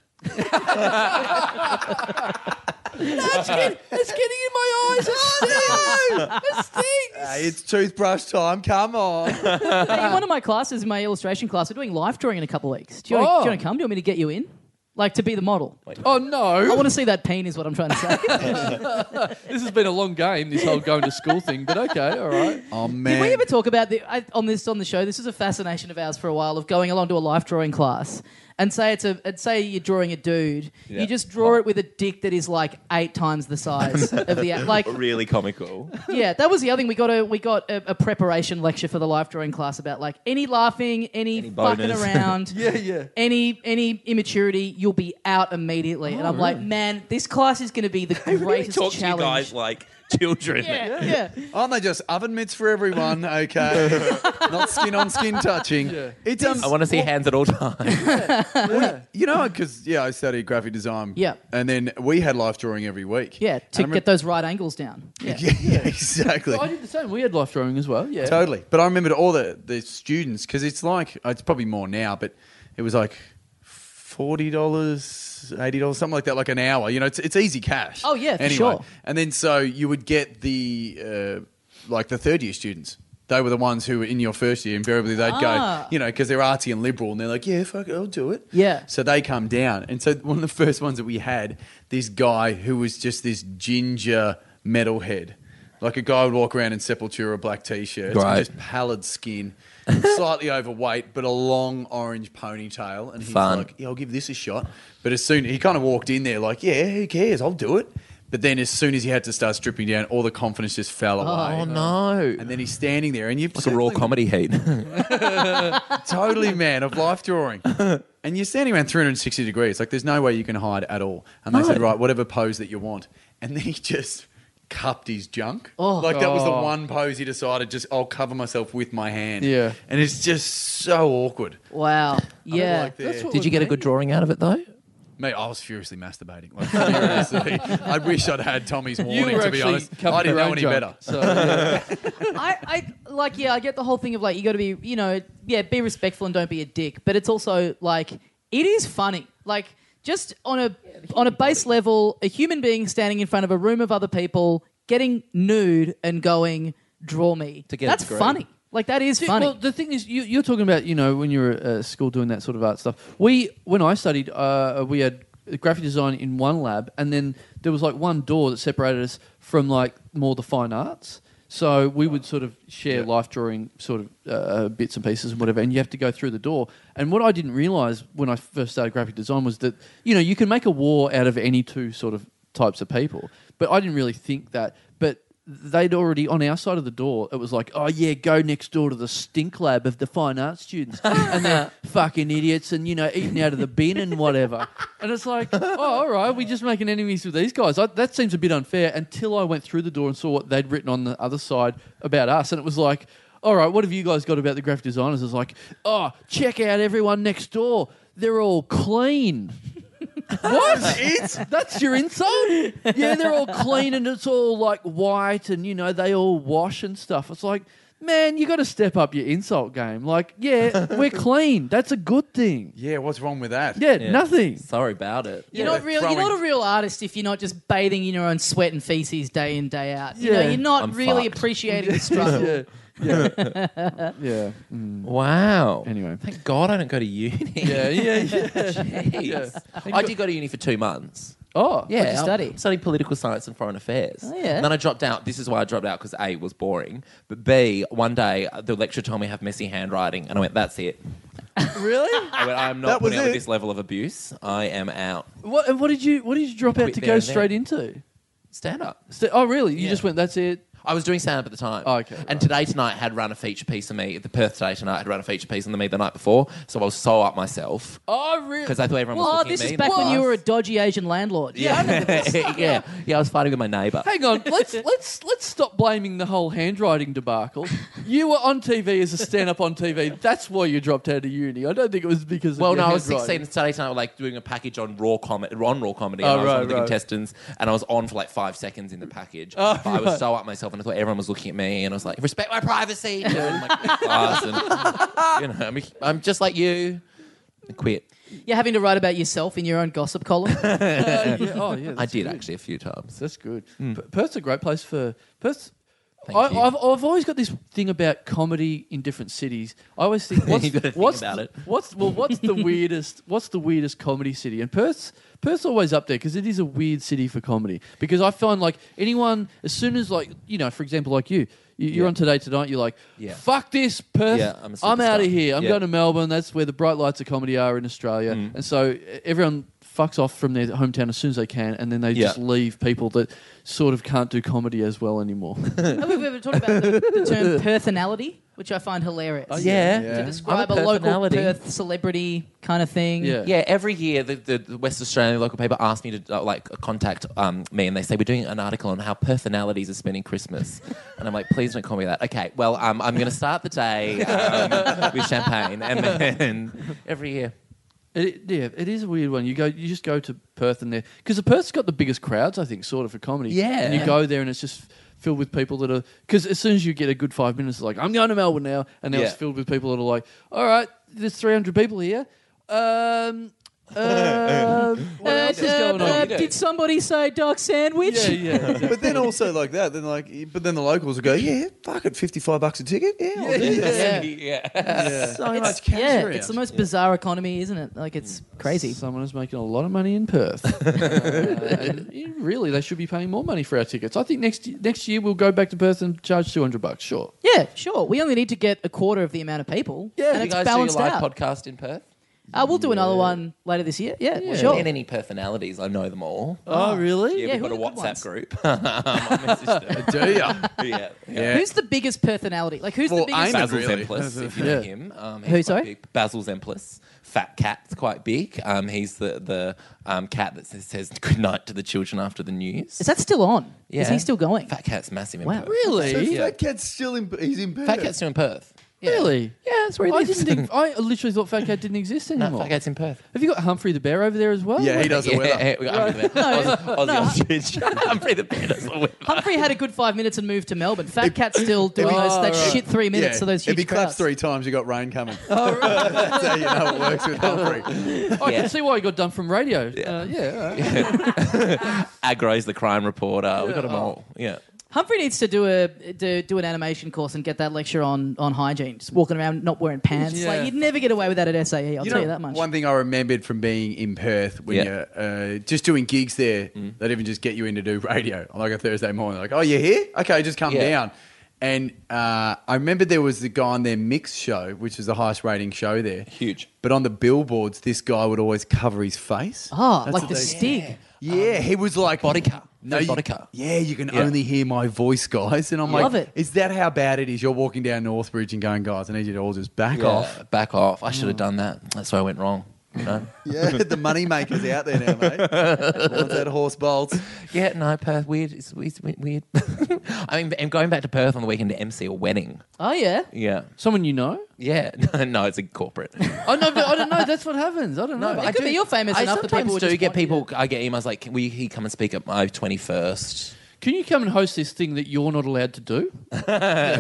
it's getting in my eyes.
Hey, it's toothbrush time. Come on.
Hey, in one of my classes, in my illustration class, we're doing life drawing in a couple of weeks. Do you, want, to,
Oh.
do you want to come? Do you want me to get you in? Like to be the model?
Oh
I
no!
want to see that pain, is what I'm trying to say.
This has been a long game. This whole going to school thing, but okay, all right.
Oh man.
Did we ever talk about the, I, on this on the show? This is a fascination of ours for a while of going along to a life drawing class and say it's a and say you're drawing a dude. You just draw it with a dick that is like eight times the size of the like.
Really comical.
Yeah, that was the other thing. We got a we got a, a preparation lecture for the life drawing class about like any laughing, any, fucking
boners.
around, yeah, yeah, any any immaturity, you'll be out immediately. and I'm like, man, this class is going to be the greatest
Oh, really talk to you
challenge.
guys like children.
yeah, yeah.
Aren't they just oven mitts for everyone? Okay. Not skin on skin touching. It's um,
I want to see hands at all times.
you know, because yeah, I studied graphic design.
Yeah.
And then we had life drawing every week.
Yeah,
And I
to
remember-
get those right angles down. Yeah.
Yeah, yeah, exactly.
I did the same. We had life drawing as well. Yeah.
Totally. But I remembered all the, the students because it's like, it's probably more now, but it was like $40, $80, something like that, like an hour. You know, it's, it's easy cash.
Oh, yeah, for
anyway.
sure.
And then so you would get the, uh, like the third year students. They were the ones who were in your first year. Invariably, they'd
Ah.
go, you know, because they're artsy and liberal, and they're like, "Yeah, fuck, it, I'll do it."
Yeah.
So they come down, and so one of the first ones that we had, this guy who was just this ginger metalhead, like a guy would walk around in sepultura black t-shirts, with
Right.
just pallid skin, slightly overweight, but a long orange ponytail, and he's
Fun.
like, "Yeah, I'll give this a shot." But as soon he kind of walked in there, like, "Yeah, who cares? I'll do it." But then, as soon as he had to start stripping down, all the confidence just fell away.
Oh no.
And then he's standing there, and you've
Like a raw
certainly-
comedy heat.
totally man of life drawing. And you're standing around 360 degrees. Like, there's no way you can hide at all. And they said, right, whatever pose that you want. And then he just cupped his junk.
Oh.
like, that was the
Oh.
one pose he decided, just, I'll cover myself with my hand.
Yeah.
And it's just so awkward.
Wow. Yeah.
Like the-
That's what
Did you
we
get a
need.
good drawing out of it though?
Mate, I was furiously masturbating. Like, furiously. I wish I'd had Tommy's
You
warning,
were
to be
actually
honest. I didn't know any better.
So, yeah.
I, I like yeah, I get the whole thing of like you got to be, you know, yeah, be respectful and don't be a dick, but it's also like it is funny. Like just on a on a base level, a human being standing in front of a room of other people getting nude and going draw me.
To get
That's
a degree.
funny. Like that is
Yeah,
funny.
Well, the thing is, you, you're talking about you know when you were at uh, school doing that sort of art stuff. We when I studied, uh, we had graphic design in one lab, and then there was like one door that separated us from like more the fine arts. So we would sort of share life drawing sort of uh, bits and pieces and whatever, and you have to go through the door. And what I didn't realize when I first started graphic design was that you know you can make a war out of any two sort of types of people, but I didn't really think that. But they'd already on our side of the door. It was like, oh yeah, go next door to the stink lab of the fine arts students, and they're fucking idiots, and you know, eating out of the bin and whatever. And it's like, oh, all right, we're just making enemies with these guys. I, that seems a bit unfair. Until I went through the door and saw what they'd written on the other side about us, and it was like. All right, what have you guys got about the graphic designers? It's like, oh, check out everyone next door. They're all clean. What? That's your insult? Yeah, they're all clean and it's all like white and you know they all wash and stuff. It's like, man, you got to step up your insult game. Like, yeah, we're clean. That's a good thing.
Yeah, what's wrong with that?
Yeah, nothing.
Sorry about it.
You're not real. You're not a real artist if you're not just bathing in your own sweat and feces day in day out. You know,
Yeah.
you're not
I'm
really
fucked.
appreciating the struggle.
Yeah. Yeah. yeah. Mm.
Wow.
Anyway.
Thank God I don't go to uni.
Yeah, yeah, yeah.
Jeez. I did go to uni for two months.
Oh,
Yeah,
you
I
study?
studied political science and foreign affairs.
Oh, yeah.
And then I dropped out. This is why I dropped out because A was boring, but B one day uh, the lecturer told me I have messy handwriting, and I went, "That's it."
really?
I went, "I'm
That
not
was
putting up with
it.
this level of abuse. I am out."
What? And what did you? What did you drop out
Quit
to
there
go
and then.
straight into?
stand up.
St- oh, really? You
Yeah.
just went. That's it.
I was doing stand up at the time.
Oh, okay, right.
And today tonight had run a feature piece of me. The Perth today tonight had run a feature piece on me the night before. So I was so up myself
Oh, really?
because I thought everyone was
Oh,
looking
this
at
is
me.
back when you were a dodgy Asian landlord.
yeah. yeah, yeah, I was fighting with my neighbour.
Hang on, let's let's let's stop blaming the whole handwriting debacle. You were on TV as a stand-up on TV. That's why you dropped out of uni. I don't think it was because.
Well,
of your
no, I was
handwriting.
16 and today tonight, like doing a package on raw comedy, on raw comedy,
Oh,
and I was
right,
one of the
right.
contestants, and I was on for like five seconds in the package.
Oh,
but I
right.
was so up myself, and I thought everyone was looking at me, and I was like, "Respect my privacy." dude," in my class, and, you know, I'm, I'm just like you. I quit.
You're having to write about yourself in your own gossip column.
Uh, yeah, oh, yeah.
I
that's
did
good.
actually a few times.
That's good. P- Perth's a great place for Perth.
Hmm. Thank
I,
you.
I've, I've always got this thing about comedy in different cities. I always think, what's,
gotta think
what's
about it.
what's well, what's the weirdest? What's the weirdest comedy city? And Perth's Perth's always up there because it is a weird city for comedy. Because I find like anyone, as soon as like you know, for example, like you, you you're
Yeah.
on today tonight. You're like,
Yeah.
fuck this, Perth.
Yeah, I'm a
I'm out of
superstar.
here. I'm
Yeah.
going to Melbourne. That's where the bright lights of comedy are in Australia. And so e- everyone fucks off from their hometown as soon as they can, and then they
Yeah.
just leave people that sort of can't do comedy as well anymore.
Have we ever talked about the, the term personality, which I find hilarious?
Oh,
Oh,
yeah.
To
yeah.
describe a,
I'm a
local
personality.
Perth celebrity kind of thing.
Yeah.
every year the, the, the West Australian local paper asked me to uh, like contact um, me, and they say we're doing an article on how personalities are spending Christmas, and I'm like, please don't call me that. Okay, well, um, I'm going to start the day um, with champagne, and then every year,
It, yeah, it is a weird one. You go, you just go to Perth and there because the Perth's got the biggest crowds, I think, sort of for comedy.
Yeah.
and you go there and it's just filled with people that are because as soon as you get a good five minutes, it's like I'm going to Melbourne now, and now it's
Yeah.
filled with people that are like, all right, there's 300 people here. Um, um, what else is going on?
Uh, did somebody say dog sandwich?
Yeah, yeah.
but then also like that, then like, but then the locals will go, yeah, fuck it, fifty-five bucks a ticket, yeah, I'll do that." so
It's,
much cash
yeah,
around.
it's the most bizarre economy, isn't it? Like it's crazy.
Someone is making a lot of money in Perth. Uh, and yeah, really, they should be paying more money for our tickets. I think next next year we'll go back to Perth and charge 200 bucks. Sure.
Yeah, sure. We only need to get a quarter of the amount of people.
Yeah.
and
you
it's
guys
balanced
do your live
out.
podcast in Perth.
Uh, we'll do another one later this year. Yeah,
Yeah.
sure.
And any personalities, I know them all.
Oh, really?
yeah,
yeah,
we've got
who
a
are the good ones?
WhatsApp group. I messaged them.
do you?
yeah,
Yeah.
Who's the biggest personality? Like who's the
Well,
biggest?
I know.
Basil
Really?
Zemplis, if you
Yeah.
know him. Um, he's
Who,
quite
sorry?
big. Basil Zemplis. Fat cat's quite big. Um, he's the, the um, cat that says, says good night to the children after the news.
Is that still on? Is
Yeah.
he still going?
Fat cat's massive in
Wow.
Perth.
So
Really?
Fat Cat's still in. He's in Perth.
Fat cat's still in Perth. Yeah.
Really?
Yeah, that's where he
I
lives.
didn't think. I literally thought Fat Cat didn't exist anymore.
no, fat cat's in Perth.
Have you got Humphrey the Bear over there as well?
Yeah, he does the weather.
we got Humphrey the Bear. Aussie, Aussie ostrich. Humphrey the bear does the weather.
Humphrey had a good five minets and moved to Melbourne. Fat Cat's still
if-
doing those, that
Uh,
Oh, right.
shit three minutes of those huge
if he claps
crowds. Oh,
three times, you got rain coming. That's how you know it works with Humphrey.
I
Yeah.
can see why he got done from radio. Yeah. Uh, yeah. all right.
Agro's the crime reporter. We've got them all. Yeah.
Humphrey needs to do a do, do an animation course and get that lecture on on hygiene. Just walking around not wearing pants.
Yeah.
Like you'd never get away with that at SAE. I'll
You
tell
know,
you that much.
one thing I remembered from being in Perth when
Yeah. Mm-hmm.
you're uh, just doing gigs there, they'd even just get you in to do radio on like a Thursday morning. Like, oh, you're here? Okay, just come
Yeah.
down. And uh, I remember there was the guy on their mix show, which was the highest rating show there.
Huge.
But on the billboards, this guy would always cover his face.
Ah,
That's
like
what
the
they-
stig.
Yeah, he was like
Bodhica.
No,
Fred
you-
Bodhica.
Yeah, you can
Yeah.
only hear my voice, guys. And I'm
Love
like,
it.
is that how bad it is? You're walking down Northbridge and going, guys, I need you to all just back
Yeah,
off.
Back off. I should have done that. That's where I went wrong. You know?
Yeah, the moneymaker's out there now, mate. Wants that horse bolts.
Yeah, no, Perth weird. It's, it's we- weird. I mean, I'm going back to Perth on the weekend to MC a wedding.
Oh yeah.
Yeah,
Someone you know?
yeah. no, it's a corporate.
I know. but I don't know. That's what happens. I don't know.
It could be you're famous
I
enough that
sometimes
people would
do
just
get
want you
people. I get emails like, "Will you come and speak at my 21st?
Can you come and host this thing that you're not allowed to do?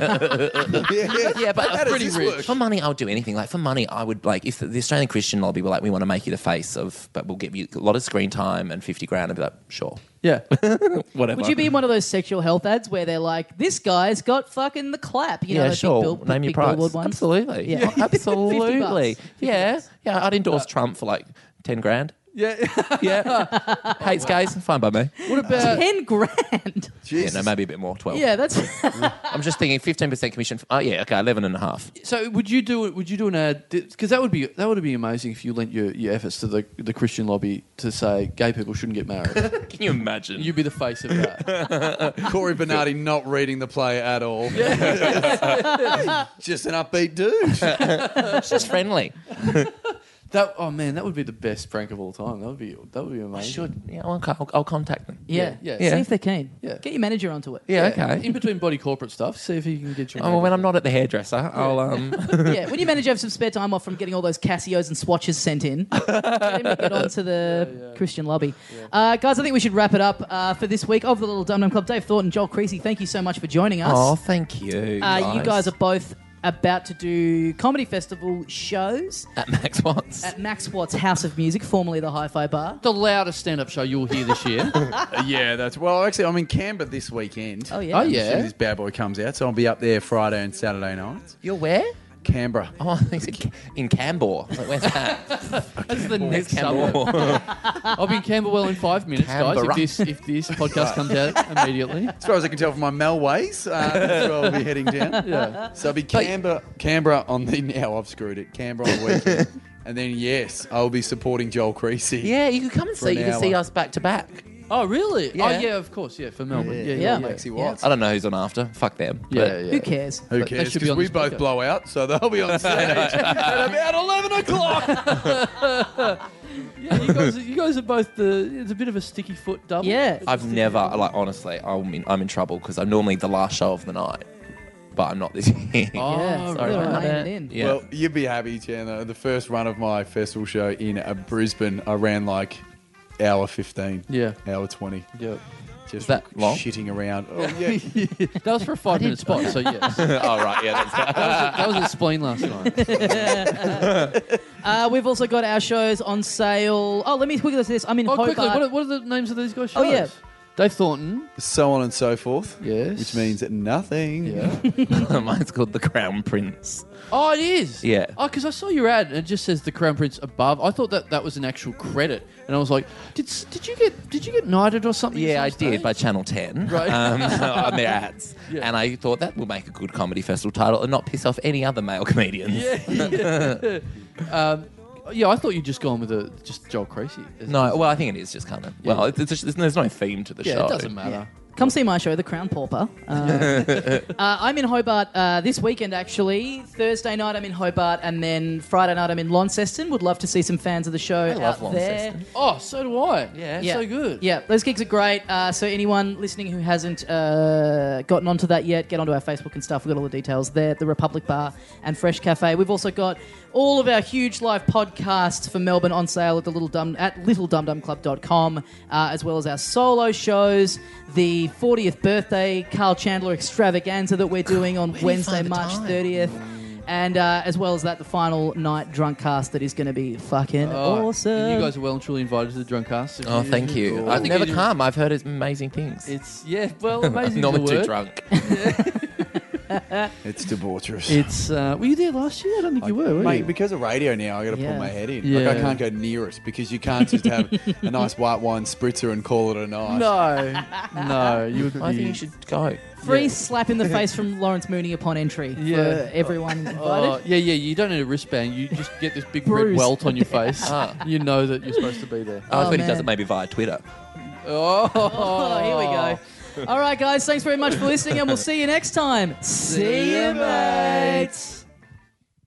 Yeah,
Yeah, but
How does this work?
For money, I'll do anything. Like for money, I would like if the Australian Christian lobby were like, "We want to make you the face of, but we'll give you a lot of screen time and 50 grand," I'd be like, "Sure,
Yeah.
whatever."
Would you be in one of those sexual health ads where they're like, "This guy's got fucking the clap"? You know,
yeah,
those
sure.
Big bill,
Name
big
your price.
billboard ones.
Absolutely.
Yeah.
Yeah, absolutely.
bucks. 50
yeah,
bucks.
yeah. I'd endorse Trump for like ten grand.
Yeah.
Yeah. Hates gays, fine by me.
what about
Ten grand.
Yeah, no, maybe a bit more, 12.
Yeah, that's
I'm just thinking 15% commission. For, oh, yeah, okay, 11 and a half.
So would you do would you do an ad because that would be that would be amazing if you lent your, your efforts to the the Christian lobby to say gay people shouldn't get married.
Can you imagine?
You'd be the face of that.
Corey Bernardi not reading the play at all. Just an upbeat dude.
it's just friendly.
that oh man, that would be the best prank of all time. That would be that would be amazing.
Should, yeah, I'll, I'll, I'll contact them.
yeah.
Yeah,
yeah.
See if they're keen.
Yeah.
Get your manager onto it.
Yeah,
In
okay.
between body corporate stuff, see if you can get your.
Oh, well, when I'm not at the hairdresser, I'll um,
yeah. When your manager have some spare time off from getting all those Casios and swatches sent in, get him to get onto the Christian lobby. Uh, guys, I think we should wrap it up uh, for this week of the Little Dum Dum Club. Dave Thornton, Joel Creasy, thank you so much for joining us.
Oh, thank you.
Uh, you guys are both about to do comedy festival shows
at Max Watts.
at Max Watts House of Music, formerly the Hi-Fi Bar.
the loudest stand up show you'll hear this year.
yeah, that's well. Actually, I'm in Canberra this weekend.
Oh yeah.
Oh
As soon as
yeah.
this bad boy comes out, so I'll be up there Friday and Saturday nights.
You're where?
Canberra.
Oh, I think it's in- in Cambor. Like, where's that?
That's the next suburb.
Cambor.
I'll be in Camberwell in five minutes,
Canberra.
guys. If this if this podcast comes out immediately,
As far as I can tell from my Melways, uh, that's where I'll be heading down.
yeah.
So I'll be Canberra, Canberra on the now. I've screwed it. Canberra on the weekend, and then yes, I'll be supporting Joel Creasy.
yeah, you can come and see.
an
You can see
hour.
us back to back.
Oh really? Oh
Yeah.
yeah, of course. Yeah, for Melbourne. Yeah, yeah,
Yeah.
yeah. yeah.
Maxie Watts.
I don't know who's on after. Fuck them.
Yeah,
Who cares?
Who
But they
cares?
should be
Because
on
we
this
both
podcast.
blow out, so they'll be on stage at about eleven o'clock.
Yeah, you guys, you guys are both the. It's a bit of a sticky foot double.
Yeah.
It's a
I've
sticky
never,
double.
like, honestly, I'm in, I'm in trouble because I'm normally the last show of the night, but I'm not this year.
Oh,
yeah.
sorry
really
about
reining
that.
it in.
Yeah.
Well, you'd be happy, Chandler. The first run of my festival show in uh, Brisbane, I ran like hour fifteen,
Yeah.
hour twenty,
Yeah.
just
that long?
shitting around. Oh, yeah.
That was for a five minute spot, so yes. That was,
oh, right. Yeah. That's,
that was a spleen last night.
Uh, we've also got our shows on sale. Oh, let me quickly say this. I'm in
Oh,
Hobart.
quickly, what are, what are the names of these guys?
Oh, yeah.
shows? Dave Thornton.
so on and so forth.
Yes.
Which means nothing.
Yeah.
mine's called The Crown Prince.
Oh, it is.
Yeah.
Oh, because I saw your ad and it just says the Crown Prince above. I thought that that was an actual credit, and I was like, did s- did you get did you get knighted or something?
Yeah, I
at some
did
stage?
by Channel 10
Right.
um, on their ads. And I thought that will make a good comedy festival title and not piss off any other male comedians.
yeah, I thought you'd just gone with a just Joel Creasy. as-
No, well, I think it is just kind of. Well, it's, it's just, there's no theme to the
Yeah,
show.
it doesn't matter.
Come see my show, The Crown Pauper. Uh, uh, I'm in Hobart uh, this weekend, actually. Thursday night, I'm in Hobart, and then Friday night, I'm in Launceston. Would love to see some fans of the show
love
out there.
Launceston.
Oh, so do I.
Yeah.
It's so good.
Yeah, those gigs are great. Uh, so anyone listening who hasn't uh, gotten onto that yet, get onto our Facebook and stuff. We've got all the details there. The Republic Bar and Fresh Cafe. We've also got all of our huge live podcasts for Melbourne on sale at the little dum at littledumdumclub.com, uh, as well as our solo shows. The 40th birthday Carl Chandler extravaganza that we're doing on Wednesday,
find the
March
time?
30th. And uh, as well as that, the final night drunk cast that is going to be fucking
Oh,
awesome.
and you guys are well and truly invited to the drunk cast.
Oh, thank you.
Cool. I
I've
think
never
it is-
come. I've heard it's amazing things.
It's yeah, well, amazing.
Normally
is the
too
word.
drunk.
It's debaucherous.
It's uh, were you there last year? I don't think you were. were
Mate,
you?
because of radio now, I got to
Yeah.
pull my head in.
Yeah.
Like I can't go near it because you can't just have a nice white wine spritzer and call it a night.
no, no, you would be.
I think you should go.
Free slap in the face from Lawrence Mooney upon entry
Yeah.
for everyone invited.
Oh, yeah, yeah. You don't need a wristband. You just get this big red
Bruise.
welt on your face.
Ah.
You know that you're supposed to be there.
I
Oh,
thought he
man.
does it maybe via Twitter.
Oh,
oh, here we go. All right, guys, thanks very much for listening, and we'll see you next time. See you, mates.